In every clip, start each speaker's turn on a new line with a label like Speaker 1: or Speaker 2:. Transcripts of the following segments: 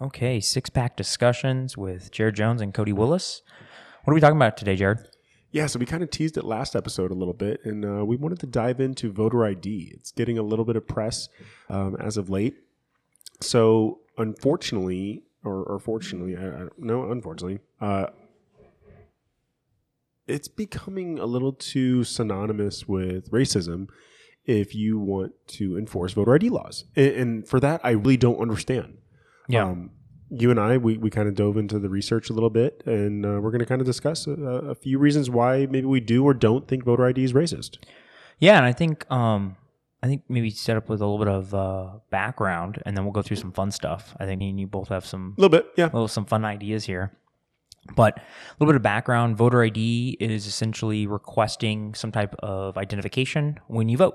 Speaker 1: Okay, six pack discussions with Jared Jones and Cody Willis. What are we talking about today, Jared?
Speaker 2: Yeah, so we kind of teased it last episode a little bit, and uh, we wanted to dive into voter ID. It's getting a little bit of press um, as of late. So, unfortunately, or, or fortunately, I, I, no, unfortunately, uh, it's becoming a little too synonymous with racism if you want to enforce voter ID laws. And, and for that, I really don't understand.
Speaker 1: Yeah.
Speaker 2: Um, you and I, we, we kind of dove into the research a little bit, and uh, we're going to kind of discuss a, a few reasons why maybe we do or don't think voter ID is racist.
Speaker 1: Yeah, and I think um, I think maybe set up with a little bit of uh, background, and then we'll go through some fun stuff. I think me and you both have some
Speaker 2: A little bit, yeah.
Speaker 1: little some fun ideas here. But a little bit of background: voter ID is essentially requesting some type of identification when you vote.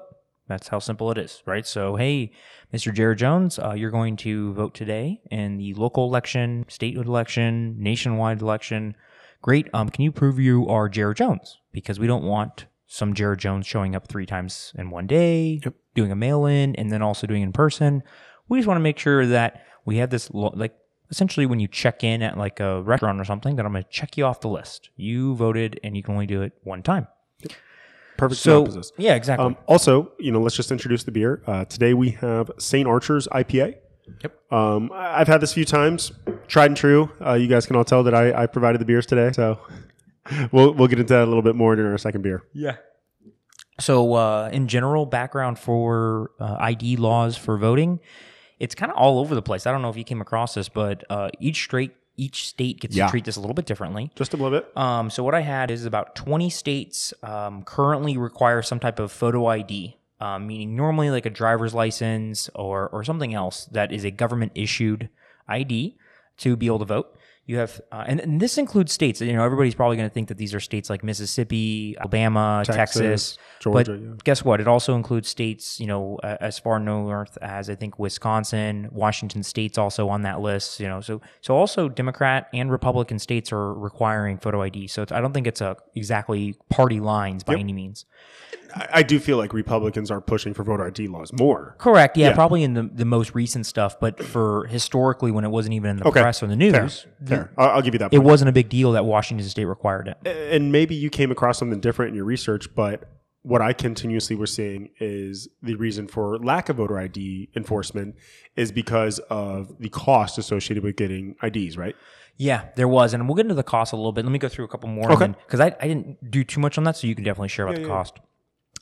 Speaker 1: That's how simple it is, right? So, hey, Mr. Jared Jones, uh, you're going to vote today in the local election, state election, nationwide election. Great. Um, can you prove you are Jared Jones? Because we don't want some Jared Jones showing up three times in one day,
Speaker 2: Yep.
Speaker 1: doing a mail in, and then also doing in person. We just want to make sure that we have this, lo- like, essentially when you check in at like a restaurant or something, that I'm going to check you off the list. You voted and you can only do it one time.
Speaker 2: Perfect
Speaker 1: So,
Speaker 2: synopsis.
Speaker 1: yeah, exactly.
Speaker 2: Um, also, you know, let's just introduce the beer. Uh, today we have St. Archer's IPA. Yep. Um, I- I've had this a few times, tried and true. Uh, you guys can all tell that I, I provided the beers today, so we'll we'll get into that a little bit more in our second beer.
Speaker 1: Yeah. So, uh, in general, background for uh, ID laws for voting, it's kind of all over the place. I don't know if you came across this, but uh, each straight each state gets
Speaker 2: Yeah.
Speaker 1: to treat this a little bit differently.
Speaker 2: Just a little bit.
Speaker 1: Um, so what I had is about 20 states um, currently require some type of photo ID, um, meaning normally like a driver's license or or something else that is a government issued ID to be able to vote. You have, uh, and, and this includes states. You know, everybody's probably going to think that these are states like Mississippi, Alabama, Uh, Texas,
Speaker 2: Georgia.
Speaker 1: but
Speaker 2: yeah.
Speaker 1: guess what? It also includes states, you know, uh, as far north as I think Wisconsin, Washington State's also on that list. You know, so so also Democrat and Republican states are requiring photo ID. So it's, I don't think it's a exactly party lines by any means.
Speaker 2: I, I do feel like Republicans are pushing for voter ID laws more.
Speaker 1: Correct. Yeah,
Speaker 2: Yeah.
Speaker 1: probably in the, the most recent stuff, but for historically when it wasn't even in the
Speaker 2: Okay.
Speaker 1: press or the news, th-
Speaker 2: Fair. I'll, I'll give you that.
Speaker 1: it wasn't a big deal that Washington State required it.
Speaker 2: and maybe you came across something different in your research, but what I continuously was seeing is the reason for lack of voter ID enforcement is because of the cost associated with getting IDs, right?
Speaker 1: Yeah, there was, and we'll get into the cost a little bit. Let me go through a couple more,
Speaker 2: Okay.
Speaker 1: because I, I didn't do too much on that, so you can definitely share about
Speaker 2: Yeah,
Speaker 1: the
Speaker 2: yeah.
Speaker 1: cost.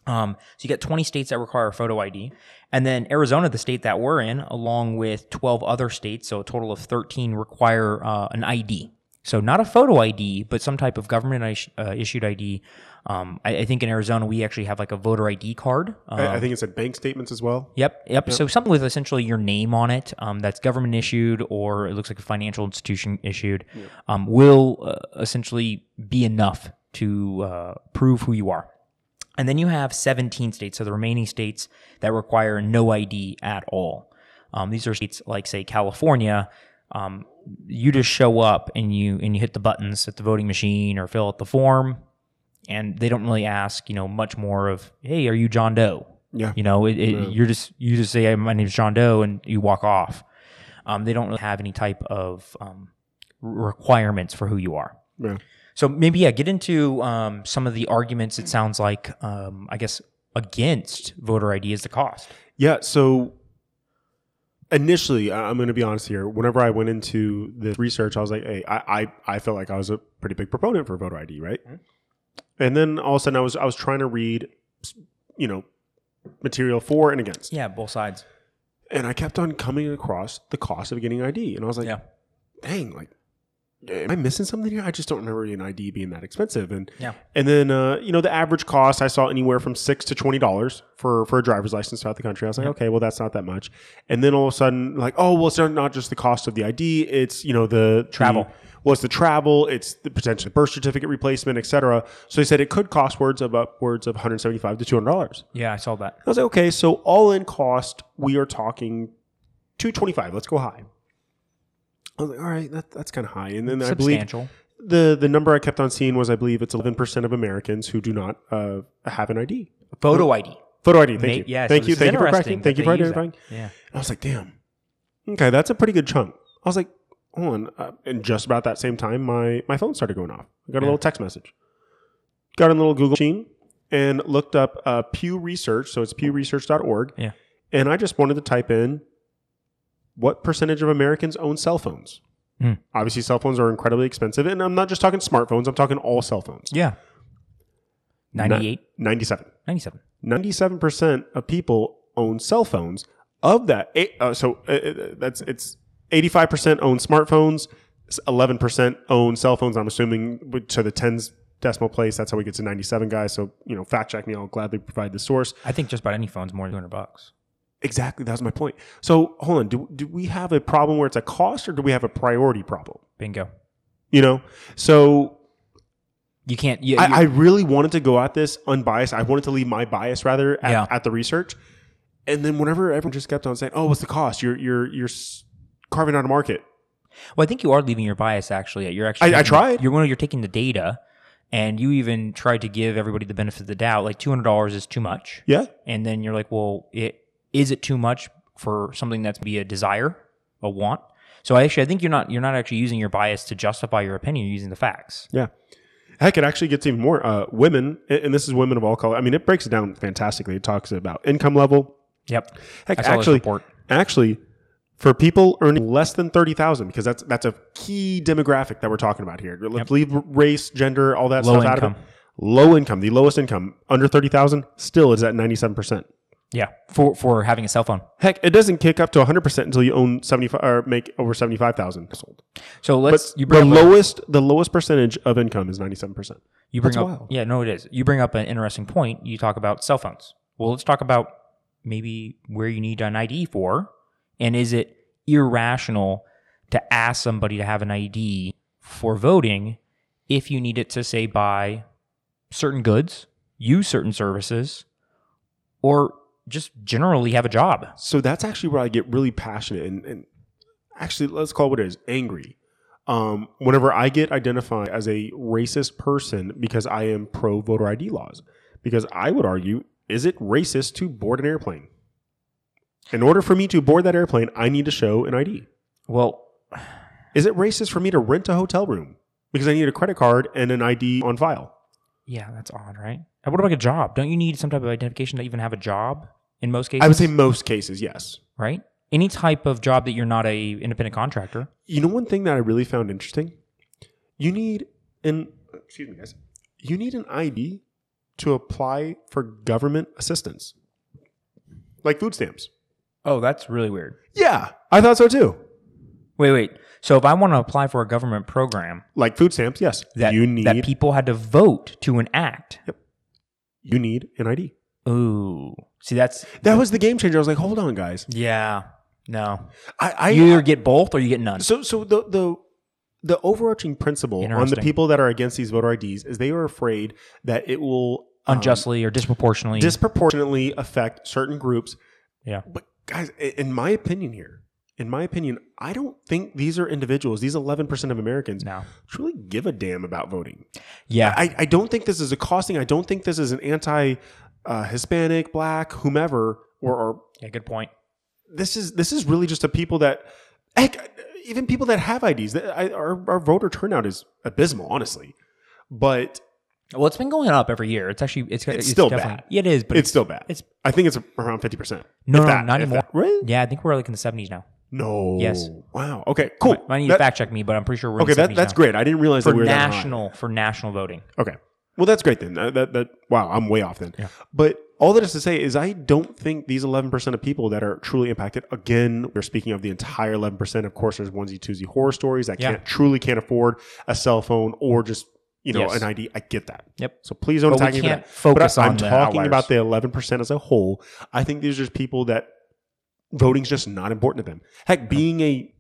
Speaker 1: Um, so you get 20 states that require a photo ID, and then Arizona, the state that we're in, along with 12 other states, so a total of 13 require uh, an ID. So not a photo ID, but some type of government is- uh, issued ID. Um, I, I think in Arizona we actually have like a voter ID card. Um,
Speaker 2: I, I think it said bank statements as well.
Speaker 1: Yep, yep. So something with essentially your name on it um, that's government issued or it looks like a financial institution issued um, will uh, essentially be enough to uh, prove who you are. And then you have 17 states, so the remaining states that require no ID at all. Um, these are states like, say, California. Um, you just show up and you and you hit the buttons at the voting machine or fill out the form, and they don't really ask, you know, much more of, hey, are you John Doe?
Speaker 2: Yeah.
Speaker 1: You know, it, it, you're just you just say "Hey, my name's John Doe and you walk off. Um, they don't really have any type of um, re- requirements for who you are.
Speaker 2: Yeah.
Speaker 1: So maybe yeah, get into um, some of the arguments. It sounds like um, I guess against voter ID is the cost.
Speaker 2: Yeah. So initially, I- I'm going to be honest here. Whenever I went into the research, I was like, "Hey, I, I, I felt like I was a pretty big proponent for voter ID, right?"
Speaker 1: Mhm.
Speaker 2: And then all of a sudden, I was I was trying to read, you know, material for and against,
Speaker 1: Yeah, both sides.
Speaker 2: and I kept on coming across the cost of getting ID, and I was like,
Speaker 1: Yeah.
Speaker 2: "Dang, like." Am I missing something here? I just don't remember an ID being that expensive, and
Speaker 1: Yeah.
Speaker 2: and then uh, you know the average cost I saw anywhere from six to twenty dollars for for a driver's license throughout the country. I was like,
Speaker 1: Yep.
Speaker 2: okay, well that's not that much. And then all of a sudden, like, oh well, it's not not just the cost of the ID; it's you know the
Speaker 1: Travel.
Speaker 2: the- well, it's the travel, it's the potential birth certificate replacement, et cetera. So they said it could cost words of upwards of one hundred seventy five to two hundred dollars.
Speaker 1: Yeah, I saw that.
Speaker 2: I was like, okay, so all in cost, we are talking two twenty five. Let's go high. I was like, all right, that, that's kind of high. And then I believe
Speaker 1: Substantial.
Speaker 2: the the number I kept on seeing was I believe it's eleven percent of Americans who do not uh, have an ID,
Speaker 1: Photo ID.
Speaker 2: photo ID. Thank
Speaker 1: Ma-
Speaker 2: you.
Speaker 1: yeah, so
Speaker 2: thank
Speaker 1: this
Speaker 2: you.
Speaker 1: is
Speaker 2: Thank you for
Speaker 1: interesting
Speaker 2: correcting.
Speaker 1: that
Speaker 2: Thank you
Speaker 1: they
Speaker 2: for
Speaker 1: use that.
Speaker 2: identifying.
Speaker 1: Yeah.
Speaker 2: And I was like, damn. Okay, that's a pretty good chunk. I was like, hold on. Uh, and just about that same time, my, my phone started going off. I got a
Speaker 1: Yeah.
Speaker 2: little text message. Got in a little Google machine and looked up uh, Pew Research. So it's pewresearch.org.
Speaker 1: Yeah.
Speaker 2: And I just wanted to type in what percentage of Americans own cell phones.
Speaker 1: Hmm.
Speaker 2: Obviously, cell phones are incredibly expensive. And I'm not just talking smartphones, I'm talking all cell phones.
Speaker 1: Yeah. 98,
Speaker 2: 97.
Speaker 1: 97.
Speaker 2: 97% of people own cell phones. Of that, eight, uh, so uh, uh, that's it's 85% own smartphones, s- 11% own cell phones. I'm assuming with- to the tens decimal place. That's how we get to 97, guys. So, you know, fact check me. I'll gladly provide the source.
Speaker 1: I think just about any phone's more than 200 bucks.
Speaker 2: Exactly. That was my point. So, hold on. Do, do we have a problem where it's a cost or do we have a priority problem?
Speaker 1: Bingo.
Speaker 2: You know? So,
Speaker 1: You can't. You, you-
Speaker 2: I, I really wanted to go at this unbiased. I wanted to leave my bias rather at,
Speaker 1: Yeah.
Speaker 2: at the research. And then whenever everyone just kept on saying, "Oh, what's the cost? You're you're you're s- carving out a market."
Speaker 1: well, I think you are leaving your bias actually. You're actually.
Speaker 2: I- I
Speaker 1: taking-
Speaker 2: tried.
Speaker 1: You're well, you're taking the data, and you even tried to give everybody the benefit of the doubt. Like two hundred dollars is too much,
Speaker 2: Yeah,
Speaker 1: and then you're like, well, it is it too much for something that's be a desire, a want. So I actually, I think you're not you're not actually using your bias to justify your opinion. You're using the facts.
Speaker 2: yeah. Heck, it actually gets even more. Uh, women, and and this is women of all color. I mean, it breaks it down fantastically. It talks about income level.
Speaker 1: Yep.
Speaker 2: Heck,
Speaker 1: I saw this
Speaker 2: actually,
Speaker 1: report.
Speaker 2: actually, for people earning less than thirty thousand, because that's that's a key demographic that we're talking about here. Let's leave race, gender, all that
Speaker 1: Low
Speaker 2: stuff out of
Speaker 1: income.
Speaker 2: it. Low income, the lowest income, under thirty thousand, still is at ninety seven percent.
Speaker 1: Yeah. For for having a cell phone.
Speaker 2: Heck, it doesn't kick up to 100% until you own 75 or make over 75,000 sold.
Speaker 1: So
Speaker 2: But
Speaker 1: let's you
Speaker 2: the
Speaker 1: bring up a-
Speaker 2: lowest the lowest percentage of income is 97%.
Speaker 1: You bring
Speaker 2: That's
Speaker 1: up,
Speaker 2: wild.
Speaker 1: yeah, no, it is. You bring up an interesting point. You talk about cell phones. Well, let's talk about maybe where you need an ID for, and is it irrational to ask somebody to have an ID for voting if you need it to say buy certain goods, use certain services, or just generally have a job?
Speaker 2: So that's actually where I get really passionate and, and actually let's call it what it is, angry. Um, whenever I get identified as a racist person because I am pro voter ID laws, because I would argue, is it racist to board an airplane? In order for me to board that airplane, I need to show an ID.
Speaker 1: Well,
Speaker 2: Is it racist for me to rent a hotel room because I need a credit card and an ID on file?
Speaker 1: yeah, that's odd, right? And what about a job? Don't you need some type of identification to even have a job in most cases?
Speaker 2: I would say most cases, yes.
Speaker 1: right? Any type of job that you're not a independent contractor.
Speaker 2: You know, one thing that I really found interesting? You need an, excuse me, guys, you need an ID to apply for government assistance, like food stamps.
Speaker 1: Oh, that's really weird.
Speaker 2: Yeah, I thought so too.
Speaker 1: Wait, wait. So if I want to apply for a government program
Speaker 2: Like food stamps, yes.
Speaker 1: that
Speaker 2: you need
Speaker 1: that people had to vote to enact.
Speaker 2: you need an ID.
Speaker 1: Ooh. See, that's
Speaker 2: That was the game changer. I was like, hold on, guys.
Speaker 1: yeah. No.
Speaker 2: I, I
Speaker 1: you either get both or you get none.
Speaker 2: So, so the the the overarching principle on the
Speaker 1: Interesting.
Speaker 2: people that are against these voter IDs is they are afraid that it will um,
Speaker 1: Unjustly or disproportionately.
Speaker 2: disproportionately affect certain groups.
Speaker 1: Yeah.
Speaker 2: But guys, i- in my opinion, here, in my opinion, I don't think these are individuals. These eleven percent of Americans
Speaker 1: no.
Speaker 2: truly give a damn about voting.
Speaker 1: Yeah.
Speaker 2: I, I don't think this is a costing. I don't think this is an anti uh, Hispanic, Black, whomever, or, or
Speaker 1: yeah, good point.
Speaker 2: this is this is really just a people that heck, even people that have IDs that I, our our voter turnout is abysmal honestly but
Speaker 1: Well, it's been going up every year. It's actually it's,
Speaker 2: It's still
Speaker 1: definitely-
Speaker 2: bad.
Speaker 1: Yeah, it is, but
Speaker 2: it's still bad
Speaker 1: it's-
Speaker 2: I think it's around 50%
Speaker 1: no,
Speaker 2: If
Speaker 1: no,
Speaker 2: that-
Speaker 1: not
Speaker 2: if
Speaker 1: anymore.
Speaker 2: that- really
Speaker 1: Yeah, I think we're like in the seventies now.
Speaker 2: no
Speaker 1: Yes.
Speaker 2: wow okay cool
Speaker 1: Might need
Speaker 2: That-
Speaker 1: to fact check me, but I'm pretty sure we're
Speaker 2: okay
Speaker 1: in the 70s
Speaker 2: that, that's
Speaker 1: now.
Speaker 2: great I didn't realize that
Speaker 1: for
Speaker 2: we were that high.
Speaker 1: national for national voting.
Speaker 2: Okay. Well, that's great then. That, that, that wow, I'm way off then.
Speaker 1: Yeah.
Speaker 2: But all that is to say is I don't think these 11% of people that are truly impacted. Again, we're speaking of the entire 11%. Of course, there's onesie twosie horror stories that
Speaker 1: Yeah.
Speaker 2: can't truly can't afford a cell phone or just you know
Speaker 1: Yes.
Speaker 2: an ID. I get that.
Speaker 1: Yep.
Speaker 2: So please don't
Speaker 1: But we
Speaker 2: attack me for
Speaker 1: can't
Speaker 2: that.
Speaker 1: focus
Speaker 2: but I,
Speaker 1: on
Speaker 2: I'm
Speaker 1: the
Speaker 2: talking
Speaker 1: outliers.
Speaker 2: about the 11% as a whole. I think these are just people that voting's just not important to them. Heck, being a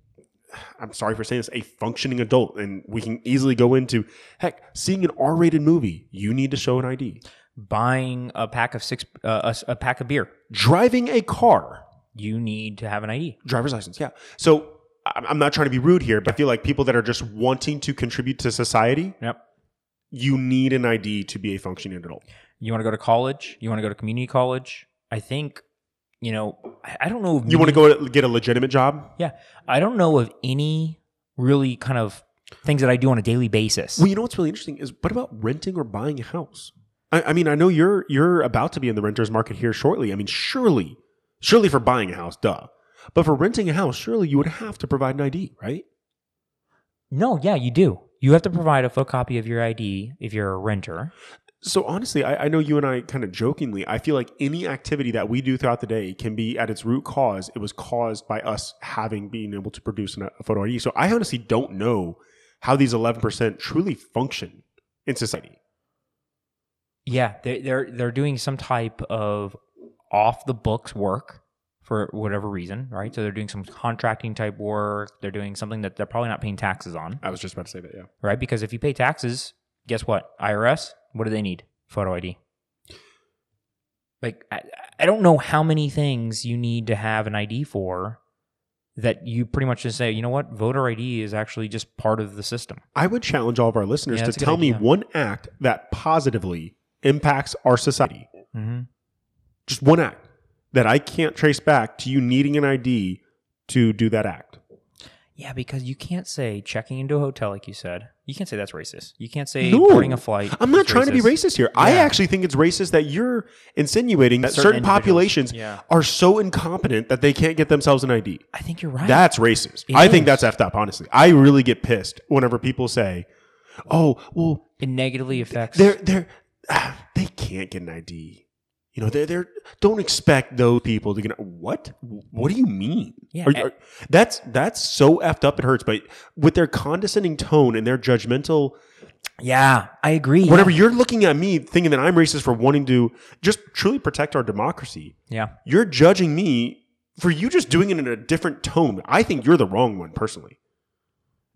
Speaker 2: I'm sorry for saying this, a functioning adult, and we can easily go into heck, seeing an R-rated movie, you need to show an ID.
Speaker 1: Buying a pack of six, uh, a s- a, pack of beer,
Speaker 2: Driving a car,
Speaker 1: you need to have an ID.
Speaker 2: driver's license, yeah. So I- I'm not trying to be rude here, but I feel like people that are just wanting to contribute to society,
Speaker 1: Yep.
Speaker 2: you need an ID to be a functioning adult.
Speaker 1: You want to go to college? You want to go to community college? I think, you know, I- I don't know. If
Speaker 2: You want to go get a legitimate job?
Speaker 1: Yeah, I don't know of any really kind of things that I do on a daily basis.
Speaker 2: Well, you know what's really interesting is what about renting or buying a house? I, I mean, I know you're you're about to be in the renters market here shortly. I mean, surely, surely for buying a house, duh. But for renting a house, surely you would have to provide an ID, right?
Speaker 1: no, yeah, you do. You have to provide a photocopy of your ID if you're a renter.
Speaker 2: So honestly, I, I know you and I kind of jokingly, I feel like any activity that we do throughout the day can be at its root cause. It was caused by us having being able to produce an- a photo ID. So I honestly don't know how these 11% truly function in society.
Speaker 1: Yeah, they, they're they're doing some type of off the books work for whatever reason, right? So they're doing some contracting type work. They're doing something that they're probably not paying taxes on,
Speaker 2: I was just about to say that, yeah.
Speaker 1: right? Because if you pay taxes, guess what? IRS, what do they need? Photo ID. Like I, I don't know how many things you need to have an ID for that you pretty much just say, you know what, voter ID is actually just part of the system.
Speaker 2: I would challenge all of our listeners
Speaker 1: Yeah,
Speaker 2: to
Speaker 1: that's a good
Speaker 2: tell me
Speaker 1: idea.
Speaker 2: one act that positively impacts our society.
Speaker 1: Mm-hmm.
Speaker 2: Just one act that I can't trace back to you needing an ID to do that act.
Speaker 1: Yeah, because you can't say checking into a hotel, like you said. You can't say that's racist. You can't say
Speaker 2: No.
Speaker 1: boarding a flight.
Speaker 2: I'm not
Speaker 1: is
Speaker 2: trying to be racist here. I
Speaker 1: Yeah.
Speaker 2: actually think it's racist that you're insinuating that
Speaker 1: Certain
Speaker 2: certain,
Speaker 1: individuals.
Speaker 2: populations
Speaker 1: Yeah.
Speaker 2: are so incompetent that they can't get themselves an ID.
Speaker 1: I think you're right.
Speaker 2: That's racist.
Speaker 1: It
Speaker 2: I think
Speaker 1: is.
Speaker 2: that's effed up, honestly. I really get pissed whenever people say, oh, well,
Speaker 1: it negatively affects.
Speaker 2: they're, they're, ah, they can't get an ID. You know, they're, they're, don't expect those people to get, what? What do you mean?
Speaker 1: Yeah,
Speaker 2: Are you- are- that's, that's so effed up, it hurts. But with their condescending tone and their judgmental,
Speaker 1: yeah, I agree.
Speaker 2: Whenever you're looking at me thinking that I'm racist for wanting to just truly protect our democracy,
Speaker 1: Yeah.
Speaker 2: you're judging me for you just doing it in a different tone. I think you're the wrong one personally.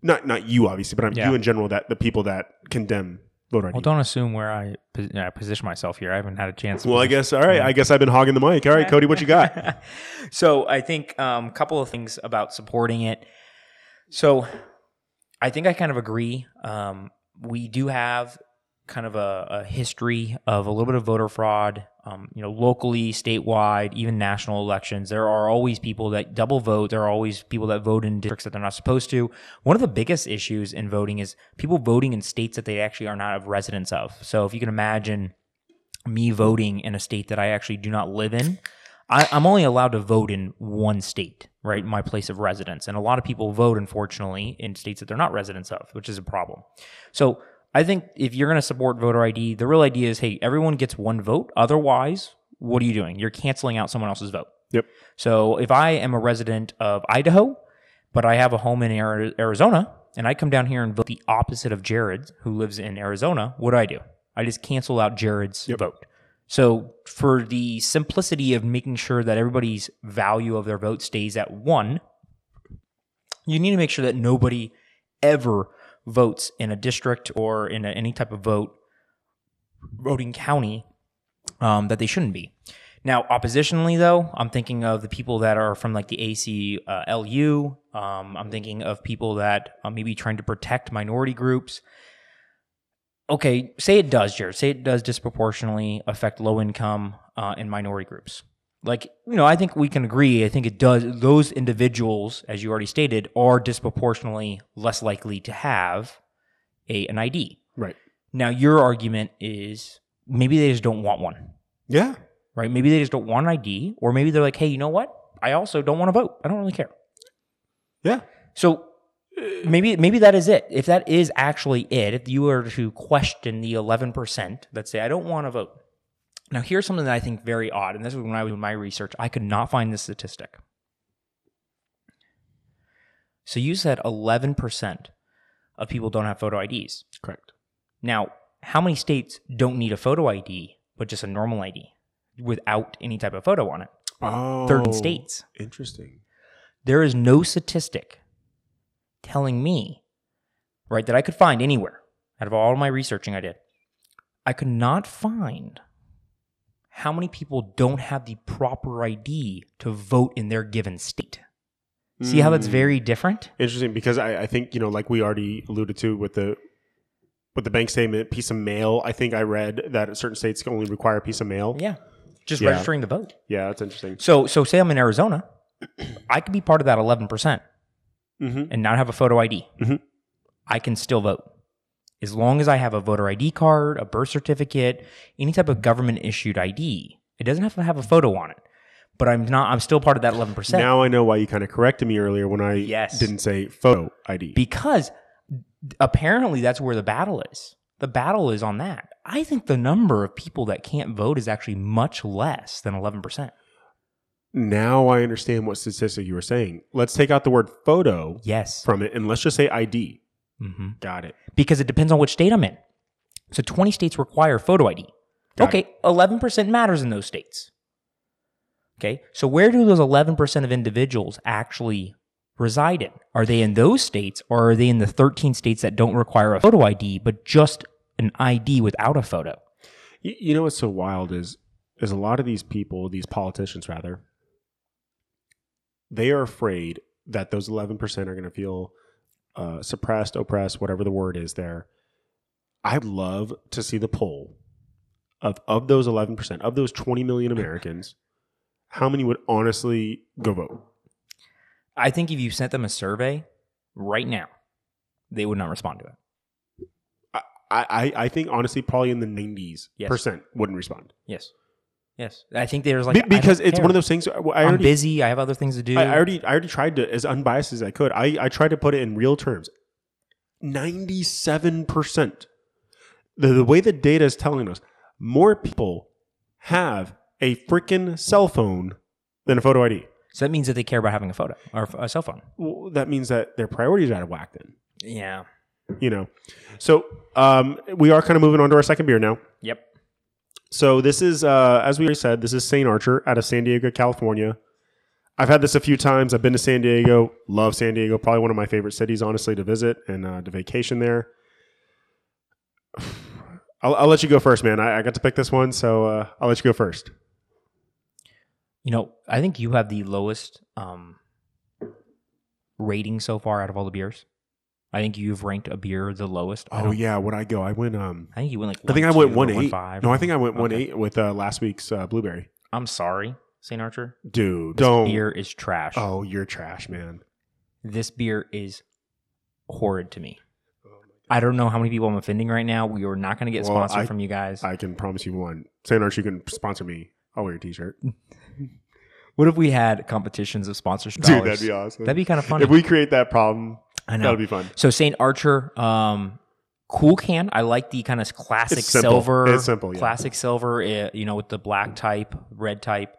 Speaker 2: Not not you obviously, but I'm
Speaker 1: Yeah.
Speaker 2: you in general that the people that condemn voter ID.
Speaker 1: Well, don't assume where I, pos- I position myself here. I haven't had a chance. to
Speaker 2: Well, I guess all right. I guess I've been hogging the mic. All right, Cody, what you got?
Speaker 1: so I think a um, couple of things about supporting it. So I think I kind of agree. Um, we do have kind of a, a history of a little bit of voter fraud. Um, you know, locally, statewide, even national elections, there are always people that double vote. There are always people that vote in districts that they're not supposed to. One of the biggest issues in voting is people voting in states that they actually are not of residents of. So if you can imagine me voting in a state that I actually do not live in. I, I'm only allowed to vote in one state, right? My place of residence. And a lot of people vote, unfortunately, in states that they're not residents of, which is a problem. So I think if you're going to support voter ID, the real idea is hey, everyone gets one vote. Otherwise, what are you doing? You're canceling out someone else's vote.
Speaker 2: Yep.
Speaker 1: So if I am a resident of Idaho, but I have a home in Ari- Arizona, and I come down here and vote the opposite of Jared, who lives in Arizona, what do I do? I just cancel out Jared's
Speaker 2: Yep.
Speaker 1: vote. So, for the simplicity of making sure that everybody's value of their vote stays at one, you need to make sure that nobody ever votes in a district or in a, any type of vote voting county um, that they shouldn't be. Now, oppositionally, though, I'm thinking of the people that are from like the ACLU. Uh, LU. um, I'm thinking of people that uh, maybe trying to protect minority groups. Okay, say it does, Jared. Say it does disproportionately affect low income uh, and minority groups. Like, you know, I think we can agree. I think it does. Those individuals, as you already stated, are disproportionately less likely to have a, an ID.
Speaker 2: Right.
Speaker 1: Now, your argument is maybe they just don't want one
Speaker 2: Yeah.
Speaker 1: right? Maybe they just don't want an ID, or maybe they're like, hey, you know what? I also don't want to vote. I don't really care.
Speaker 2: Yeah.
Speaker 1: So maybe maybe that is it. If that is actually it, if you were to question the eleven percent that say I don't want to vote. Now here's something that I think very odd, and this is when I was doing my research, I could not find this statistic. So you said eleven percent of people don't have photo IDs.
Speaker 2: Correct.
Speaker 1: Now, how many states don't need a photo ID, but just a normal ID without any type of photo on it?
Speaker 2: Oh,
Speaker 1: 13 states.
Speaker 2: Interesting.
Speaker 1: There is no statistic telling me, right, that I could find anywhere out of all my researching I did. I could not find how many people don't have the proper ID to vote in their given state. See how that's
Speaker 2: Mm.
Speaker 1: very different?
Speaker 2: Interesting because I, I think you know, like we already alluded to with the with the bank statement piece of mail. I think I read that certain states can only require a piece of mail.
Speaker 1: Yeah. just
Speaker 2: Yeah.
Speaker 1: registering to vote.
Speaker 2: Yeah, that's interesting.
Speaker 1: So, so say I'm in Arizona, I could be part of that 11%
Speaker 2: hmm
Speaker 1: and not have a photo ID.
Speaker 2: Mhm.
Speaker 1: I can still vote. As long as I have a voter ID card, a birth certificate, any type of government issued ID, it doesn't have to have a photo on it. But I'm not, I'm still part of that 11%.
Speaker 2: Now I know why you kind of corrected me earlier when I
Speaker 1: Yes.
Speaker 2: didn't say photo ID.
Speaker 1: because apparently that's where the battle is. The battle is on that. I think the number of people that can't vote is actually much less than 11%.
Speaker 2: now I understand what statistic you were saying. Let's take out the word photo
Speaker 1: Yes.
Speaker 2: from it and let's just say ID.
Speaker 1: hmm
Speaker 2: Got it.
Speaker 1: Because it depends on which state I'm in. So 20 states require photo ID.
Speaker 2: Got
Speaker 1: okay, 11% matters in those states. Okay, so where do those 11% of individuals actually reside in? Are they in those states or are they in the 13 states that don't require a photo ID, but just an ID without a photo?
Speaker 2: You, you know what's so wild is is a lot of these people, these politicians rather, they are afraid that those eleven percent are going to feel uh, suppressed, oppressed, whatever the word is. There, I'd love to see the poll of of those eleven percent of those twenty million Americans. How many would honestly go vote?
Speaker 1: I think if you sent them a survey right now, they would not respond to it.
Speaker 2: I, I, I think honestly, probably in the nineties
Speaker 1: Yes.
Speaker 2: percent wouldn't respond
Speaker 1: Yes. Yes. I think there's
Speaker 2: Be-
Speaker 1: like,
Speaker 2: because it's one of those things. I I
Speaker 1: I'm
Speaker 2: already
Speaker 1: busy. I have other things to do.
Speaker 2: I, I already I already tried to as unbiased as I could. I, I tried to put it in real terms. Ninety seven percent. The the way the data is telling us, more people have a freaking cell phone than a photo ID.
Speaker 1: so that means that they care about having a photo or a cell phone.
Speaker 2: Well, that means that their priorities are out of whack. Then
Speaker 1: Yeah.
Speaker 2: you know. So um, we are kind of moving on to our second beer now.
Speaker 1: Yep.
Speaker 2: So this is, uh, as we already said, this is Saint Archer out of San Diego, California. I've had this a few times. I've been to San Diego. Love San Diego. Probably one of my favorite cities, honestly, to visit and uh, to vacation there. I'll, I'll let you go first, man. I, I got to pick this one, so uh, I'll let you go first.
Speaker 1: You know, I think you have the lowest um, rating so far out of all the beers. I think you've ranked a beer the lowest. I don't-
Speaker 2: Oh, yeah, would I go? I went. Um,
Speaker 1: I think you went like.
Speaker 2: I think I
Speaker 1: two
Speaker 2: went
Speaker 1: or
Speaker 2: one eight.
Speaker 1: five.
Speaker 2: no, I think I went one
Speaker 1: Okay.
Speaker 2: eight with uh, last week's uh, blueberry.
Speaker 1: I'm sorry, Saint Archer.
Speaker 2: Dude, don't.
Speaker 1: Beer is trash.
Speaker 2: Oh, you're trash, man.
Speaker 1: This beer is horrid to me. I don't know how many people I'm offending right now. We are not going to get
Speaker 2: Oh Well,
Speaker 1: sponsored
Speaker 2: I-
Speaker 1: from you guys.
Speaker 2: I can promise you one. Saint Archer, you can sponsor me. I'll wear your T-shirt.
Speaker 1: what if we had competitions of sponsorship?
Speaker 2: Dude,
Speaker 1: dollars?
Speaker 2: that'd be awesome.
Speaker 1: That'd be kind of funny.
Speaker 2: if we create that problem,
Speaker 1: I know.
Speaker 2: that'll be fun.
Speaker 1: So Saint Archer, um, cool can. I like the kind of classic
Speaker 2: It's simple.
Speaker 1: silver,
Speaker 2: It's simple, yeah.
Speaker 1: classic silver. eh, You know, with the black type, red type.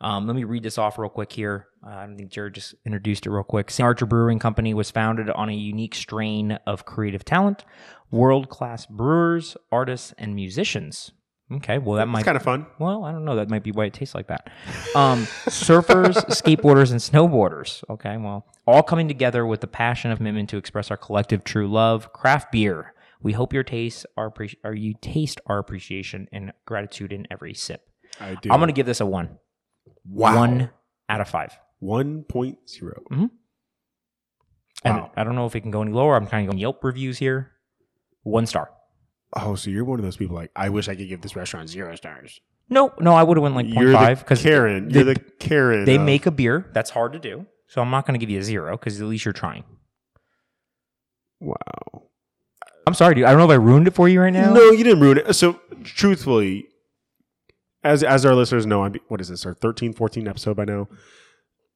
Speaker 1: Um, let me read this off real quick here. Uh, I don't think Jared just introduced it real quick. St. Archer Brewing Company was founded on a unique strain of creative talent, world class brewers, artists, and musicians. Okay, well that might
Speaker 2: It's kind of fun.
Speaker 1: well, I don't know. That might be why it tastes like that. Um, surfers, skateboarders, and snowboarders. Okay, well, all coming together with the passion of commitment to express our collective true love, craft beer. We hope your tastes are appreci- or you taste our appreciation and gratitude in every sip.
Speaker 2: I do.
Speaker 1: I'm gonna give this a one. One out of five.
Speaker 2: One point zero.
Speaker 1: And
Speaker 2: Wow.
Speaker 1: I don't know if it can go any lower. I'm kind of going Yelp reviews here. One star.
Speaker 2: Oh, so you're one of those people like I wish I could give this restaurant zero stars.
Speaker 1: No, no, I would have went like 0.5
Speaker 2: You're the
Speaker 1: because
Speaker 2: Karen.
Speaker 1: they-
Speaker 2: you're the Karen.
Speaker 1: they
Speaker 2: of-
Speaker 1: make a beer. That's hard to do. So I'm not going to give you a zero because at least you're trying.
Speaker 2: wow.
Speaker 1: I'm sorry, dude. I don't know if I ruined it for you right now.
Speaker 2: No, you didn't ruin it. So truthfully, as as our listeners know, I'm what is this our 13, 14 episode by now.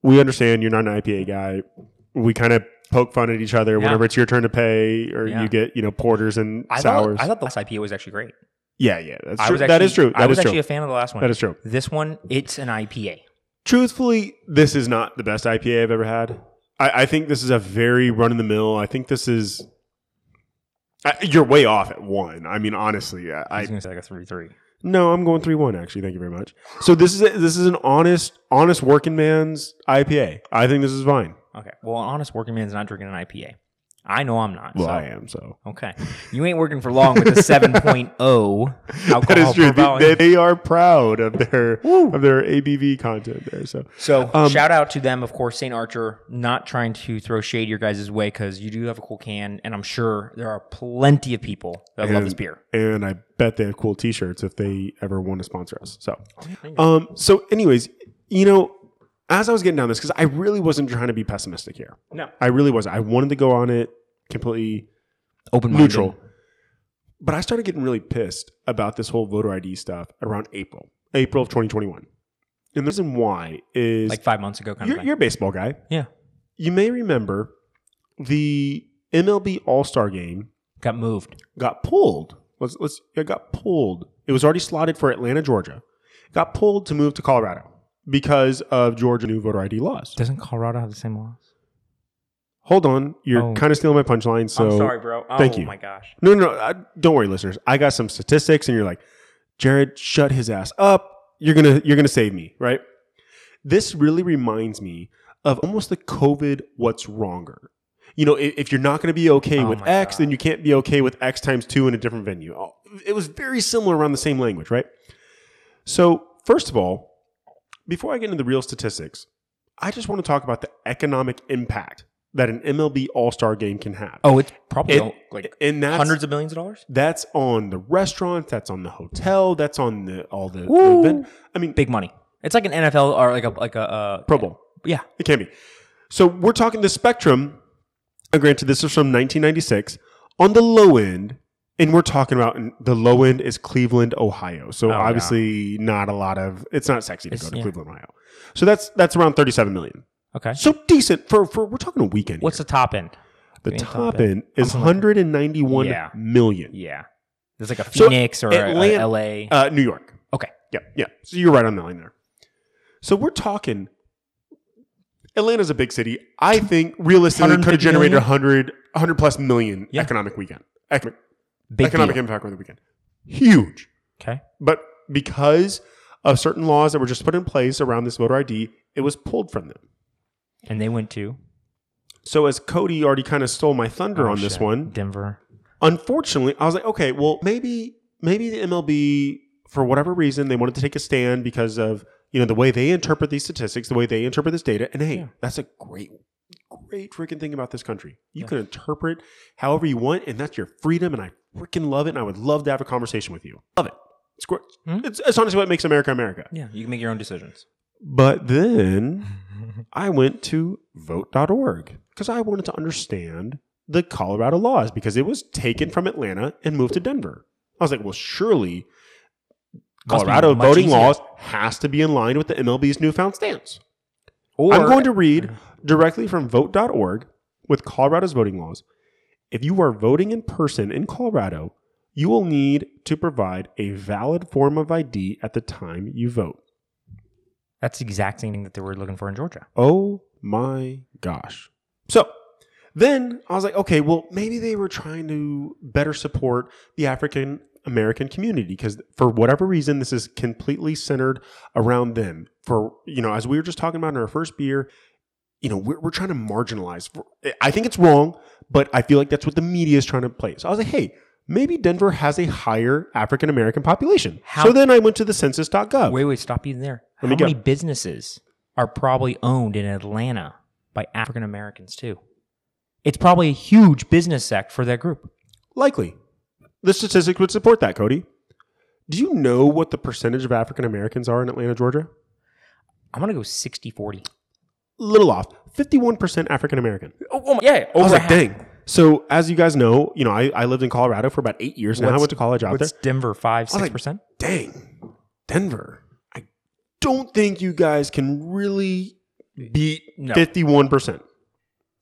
Speaker 2: We understand you're not an IPA guy. We kind of poke fun at each other
Speaker 1: Yeah.
Speaker 2: whenever it's your turn to pay, or
Speaker 1: Yeah.
Speaker 2: you get you know porters and
Speaker 1: I
Speaker 2: sours.
Speaker 1: thought I thought the last IPA was actually great.
Speaker 2: yeah, yeah, that's
Speaker 1: I
Speaker 2: true.
Speaker 1: was
Speaker 2: that
Speaker 1: actually-
Speaker 2: is true.
Speaker 1: I
Speaker 2: That
Speaker 1: was
Speaker 2: is
Speaker 1: actually
Speaker 2: true.
Speaker 1: a fan of the last one.
Speaker 2: That is true.
Speaker 1: This one, it's an IPA.
Speaker 2: truthfully, this is not the best IPA I've ever had. I, I think this is a very run of the mill. I think this is. I, you're way off at one. I mean, honestly, I,
Speaker 1: I
Speaker 2: I
Speaker 1: was gonna say like a three three.
Speaker 2: no, I'm going three one. Actually, thank you very much. So this is a, this is an honest, honest working man's IPA. I think this is fine.
Speaker 1: Okay. Well, an honest working man's not drinking an IPA. I know I'm not.
Speaker 2: Well,
Speaker 1: so-
Speaker 2: I am. So
Speaker 1: Okay. You ain't working for long with a 7.0 alcohol
Speaker 2: that is true.
Speaker 1: per volume.
Speaker 2: They, they are proud of their of their ABV content there. So
Speaker 1: So
Speaker 2: Um,
Speaker 1: shout out to them, of course, St. Archer. Not trying to throw shade your guys' way because you do have a cool can, and I'm sure there are plenty of people that love this beer.
Speaker 2: and I bet they have cool T-shirts if they ever want to sponsor us. So, um, so anyways, you know, as I was getting down this because I really wasn't trying to be pessimistic here.
Speaker 1: No.
Speaker 2: I really wasn't. I wanted to go on it completely
Speaker 1: Open
Speaker 2: neutral, but I started getting really pissed about this whole voter ID stuff around April, April of 2021, and the reason why is
Speaker 1: like five months ago, kind
Speaker 2: you're,
Speaker 1: of
Speaker 2: you're a baseball guy.
Speaker 1: Yeah.
Speaker 2: You may remember the MLB All Star game
Speaker 1: thing. Got moved.
Speaker 2: got pulled. Let's, let's, it got pulled. It was already slotted for Atlanta, Georgia. Got pulled to move to Colorado because of Georgia new voter ID laws.
Speaker 1: Doesn't Colorado have the same laws?
Speaker 2: Hold on. You're
Speaker 1: Oh.
Speaker 2: kind of stealing my punchline. So
Speaker 1: I'm sorry, bro. Oh,
Speaker 2: thank you.
Speaker 1: my gosh.
Speaker 2: No, no, no. I, don't worry, listeners. I got some statistics, and you're like, Jared, shut his ass up. You're gonna you're gonna save me, right? This really reminds me of almost the COVID. What's wronger? You know, if, if you're not gonna be okay
Speaker 1: Oh
Speaker 2: with
Speaker 1: my
Speaker 2: X, then
Speaker 1: God.
Speaker 2: you can't be okay with X times two in a different venue. Oh, It was very similar around the same language, right? So first of all, before I get into the real statistics, I just want to talk about the economic impact that an MLB All Star game can have.
Speaker 1: Oh, it's probably
Speaker 2: It-
Speaker 1: oh, like
Speaker 2: and that's
Speaker 1: hundreds of millions of dollars.
Speaker 2: that's on the restaurant. That's on the hotel. That's on the all the, the
Speaker 1: Woo.
Speaker 2: event. I mean,
Speaker 1: Big money. It's like an NFL or like a like a uh,
Speaker 2: Pro Bowl.
Speaker 1: yeah.
Speaker 2: It can be. So we're talking the spectrum. uh, Granted, this is from 1996. On the low end, and we're talking about and the low end is Cleveland, Ohio. So
Speaker 1: Oh, yeah.
Speaker 2: obviously, not a lot of. It's not sexy to
Speaker 1: It's-
Speaker 2: go to
Speaker 1: yeah.
Speaker 2: Cleveland, Ohio. So that's that's around 37 million.
Speaker 1: Okay.
Speaker 2: So decent for for we're talking a weekend.
Speaker 1: What's the top end?
Speaker 2: the
Speaker 1: the
Speaker 2: top
Speaker 1: top
Speaker 2: end is
Speaker 1: I'm hungry.
Speaker 2: 191 million.
Speaker 1: Yeah. Yeah. There's like a
Speaker 2: So,
Speaker 1: Phoenix or a-
Speaker 2: Atlanta-
Speaker 1: a LA.
Speaker 2: Uh, New York.
Speaker 1: Okay.
Speaker 2: Yeah, yeah. So you're right on the line there. So we're talking. Atlanta's a big city. I think realistically could have
Speaker 1: 150
Speaker 2: generated
Speaker 1: million?
Speaker 2: 100, 100 plus million
Speaker 1: Yeah.
Speaker 2: economic weekend. Economic,
Speaker 1: Big
Speaker 2: economic
Speaker 1: deal.
Speaker 2: impact on the weekend. Huge.
Speaker 1: Okay.
Speaker 2: But because of certain laws that were just put in place around this voter ID, it was pulled from them.
Speaker 1: And they went to
Speaker 2: So as Cody already kind of stole my thunder
Speaker 1: Oh,
Speaker 2: on this
Speaker 1: shit.
Speaker 2: one,
Speaker 1: Denver.
Speaker 2: unfortunately, I was like, okay, well, maybe maybe the MLB for whatever reason they wanted to take a stand because of you know the way they interpret these statistics, the way they interpret this data, and hey,
Speaker 1: Yeah.
Speaker 2: that's a great, great freaking thing about this country. You
Speaker 1: Yeah.
Speaker 2: can interpret however you want, and that's your freedom, and I freaking love it, and I would love to have a conversation with you. Love it. It's great.
Speaker 1: Hmm?
Speaker 2: It's, it's honestly what makes America America.
Speaker 1: Yeah, you can make your own decisions.
Speaker 2: But then I went to vote.org because I wanted to understand the Colorado laws because it was taken from Atlanta and moved to Denver. I was like, well, surely
Speaker 1: Must be
Speaker 2: Colorado
Speaker 1: much
Speaker 2: voting
Speaker 1: easier.
Speaker 2: laws has to be in line with the MLB's newfound stance.
Speaker 1: Or
Speaker 2: I'm going to read directly from vote.org with Colorado's voting laws. If you are voting in person in Colorado, you will need to provide a valid form of ID at the time you vote.
Speaker 1: That's the exact same thing that they were looking for in Georgia.
Speaker 2: Oh my gosh. So then I was like, okay, well, maybe they were trying to better support the African American community because for whatever reason, this is completely centered around them. For, you know, as we were just talking about in our first beer, you know, we're, we're trying to marginalize. I think it's wrong, but I feel like that's what the media is trying to play. So I was like, hey, maybe Denver has a higher African American population.
Speaker 1: How-
Speaker 2: so then I went to the census.gov.
Speaker 1: Wait, wait, stop even there. How
Speaker 2: Let me go.
Speaker 1: many businesses are probably owned in Atlanta by African Americans too? It's probably a huge business sect for that group.
Speaker 2: Likely. The statistics would support that, Cody. Do you know what the percentage of African Americans are in Atlanta, Georgia?
Speaker 1: I'm gonna go 60 40.
Speaker 2: Little off. 51% African American.
Speaker 1: Oh, oh my, yeah,
Speaker 2: I was like, dang. So, as you guys know, you know, I, I lived in Colorado for about eight years now. I
Speaker 1: What's-
Speaker 2: went to college out there.
Speaker 1: What's Denver five
Speaker 2: I was
Speaker 1: six
Speaker 2: like-
Speaker 1: percent?
Speaker 2: Dang. Denver. I don't think you guys can really beat
Speaker 1: No.
Speaker 2: 51%.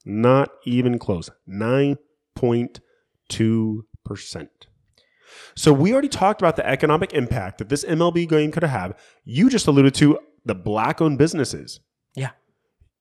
Speaker 2: Not even close. 9.2%. So we already talked about the economic impact that this MLB game could have. You just alluded to the black owned businesses.
Speaker 1: Yeah.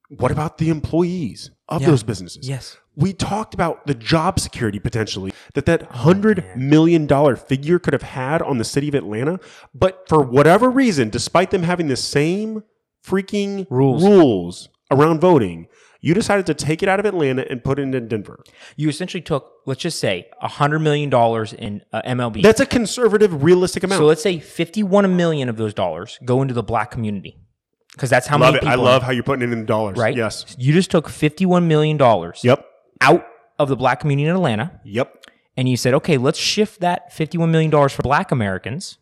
Speaker 2: What about the employees of
Speaker 1: Yeah.
Speaker 2: those businesses?
Speaker 1: Yes.
Speaker 2: We talked about the job security potentially that that hundred
Speaker 1: Oh, man.
Speaker 2: million dollar figure could have had on the city of Atlanta, but for whatever reason, despite them having the same freaking
Speaker 1: Rules.
Speaker 2: rules around voting, you decided to take it out of Atlanta and put it in Denver.
Speaker 1: You essentially took, let's just say, $100 million in uh, MLB.
Speaker 2: That's a conservative, realistic amount.
Speaker 1: so let's say 51 million of those dollars go into the black community because that's how
Speaker 2: love
Speaker 1: many
Speaker 2: it.
Speaker 1: people
Speaker 2: I love how you're putting it in dollars.
Speaker 1: right
Speaker 2: Yes.
Speaker 1: you just took 51 million dollars
Speaker 2: Yep.
Speaker 1: out of the black community in atlanta
Speaker 2: Yep.
Speaker 1: and you said okay let's shift that 51 million dollars for black americans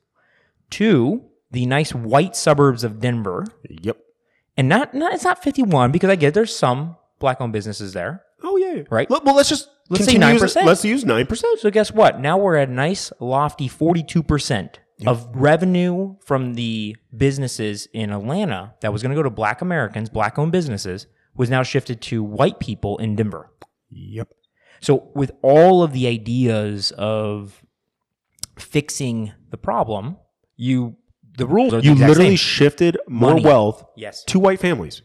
Speaker 1: to the nice white suburbs of denver
Speaker 2: Yep.
Speaker 1: and not, not it's not 51 because i get there's some black owned businesses there
Speaker 2: Oh yeah.
Speaker 1: Right.
Speaker 2: Let- well, let's just
Speaker 1: Let's say
Speaker 2: continue
Speaker 1: 9%.
Speaker 2: Using, let's use nine percent.
Speaker 1: So guess what? Now we're at a nice lofty 42% of revenue from the businesses in Atlanta that was going to go to black Americans, black owned businesses was now shifted to white people in Denver.
Speaker 2: Yep.
Speaker 1: So with all of the ideas of fixing the problem, you the rules are the
Speaker 2: You
Speaker 1: exact
Speaker 2: literally
Speaker 1: same.
Speaker 2: shifted more
Speaker 1: Money.
Speaker 2: wealth
Speaker 1: yes.
Speaker 2: to white families,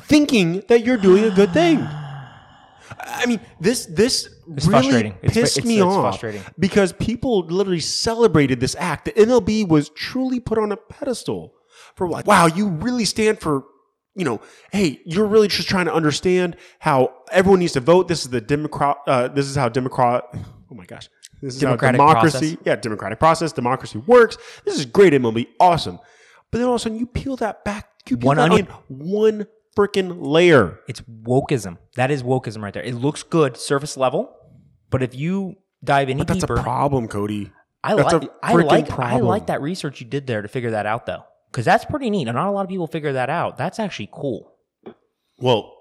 Speaker 2: thinking that you're doing a good thing. I mean, this this
Speaker 1: It's
Speaker 2: really
Speaker 1: frustrating. It's fr-
Speaker 2: pissed
Speaker 1: it's-
Speaker 2: me
Speaker 1: it's
Speaker 2: off
Speaker 1: frustrating.
Speaker 2: because people literally celebrated this act. The MLB was truly put on a pedestal for like, wow, you really stand for, you know, hey, you're really just trying to understand how everyone needs to vote. This is the Democrat. Uh, this is how Democrat. Oh my gosh, this is
Speaker 1: Democratic
Speaker 2: how democracy.
Speaker 1: process.
Speaker 2: Yeah, democratic process. Democracy works. This is great MLB. Awesome. But then all of a sudden, you peel that back. You peel
Speaker 1: One
Speaker 2: one that
Speaker 1: onion.
Speaker 2: onion. One freaking layer.
Speaker 1: It's wokeism. That is wokeism right there. It looks good surface level, but if you dive any
Speaker 2: That's
Speaker 1: deeper
Speaker 2: a problem, Cody.
Speaker 1: I
Speaker 2: That's
Speaker 1: like
Speaker 2: a
Speaker 1: I
Speaker 2: freaking
Speaker 1: like I
Speaker 2: problem.
Speaker 1: like that research you did there to figure that out though. Cuz that's pretty neat. And not a lot of people figure that out. That's actually cool.
Speaker 2: Well,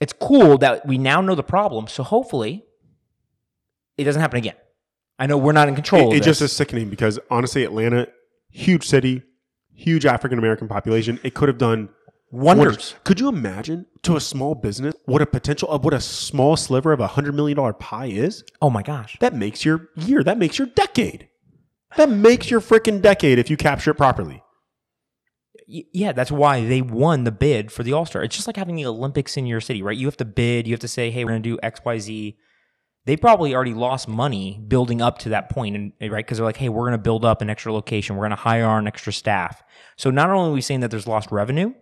Speaker 1: It's cool that we now know the problem, so hopefully it doesn't happen again. I know we're not in control
Speaker 2: it,
Speaker 1: of
Speaker 2: it just
Speaker 1: this.
Speaker 2: is sickening because honestly, Atlanta, huge city, huge African American population. It could have done
Speaker 1: wonders.
Speaker 2: wonders. Could you imagine to a small business what a potential of what a small sliver of a hundred million dollar pie is?
Speaker 1: Oh my gosh.
Speaker 2: That makes your year. That makes your decade. That makes your freaking decade if you capture it properly.
Speaker 1: Y- yeah, that's why they won the bid for the All-Star. It's just like having the Olympics in your city, right? You have to bid, you have to say, "Hey, we're going to do XYZ." They probably already lost money building up to that point, and eh, right because they're like, "Hey, we're going to build up an extra location. We're going to hire an extra staff." So not only are we saying that there's lost revenue,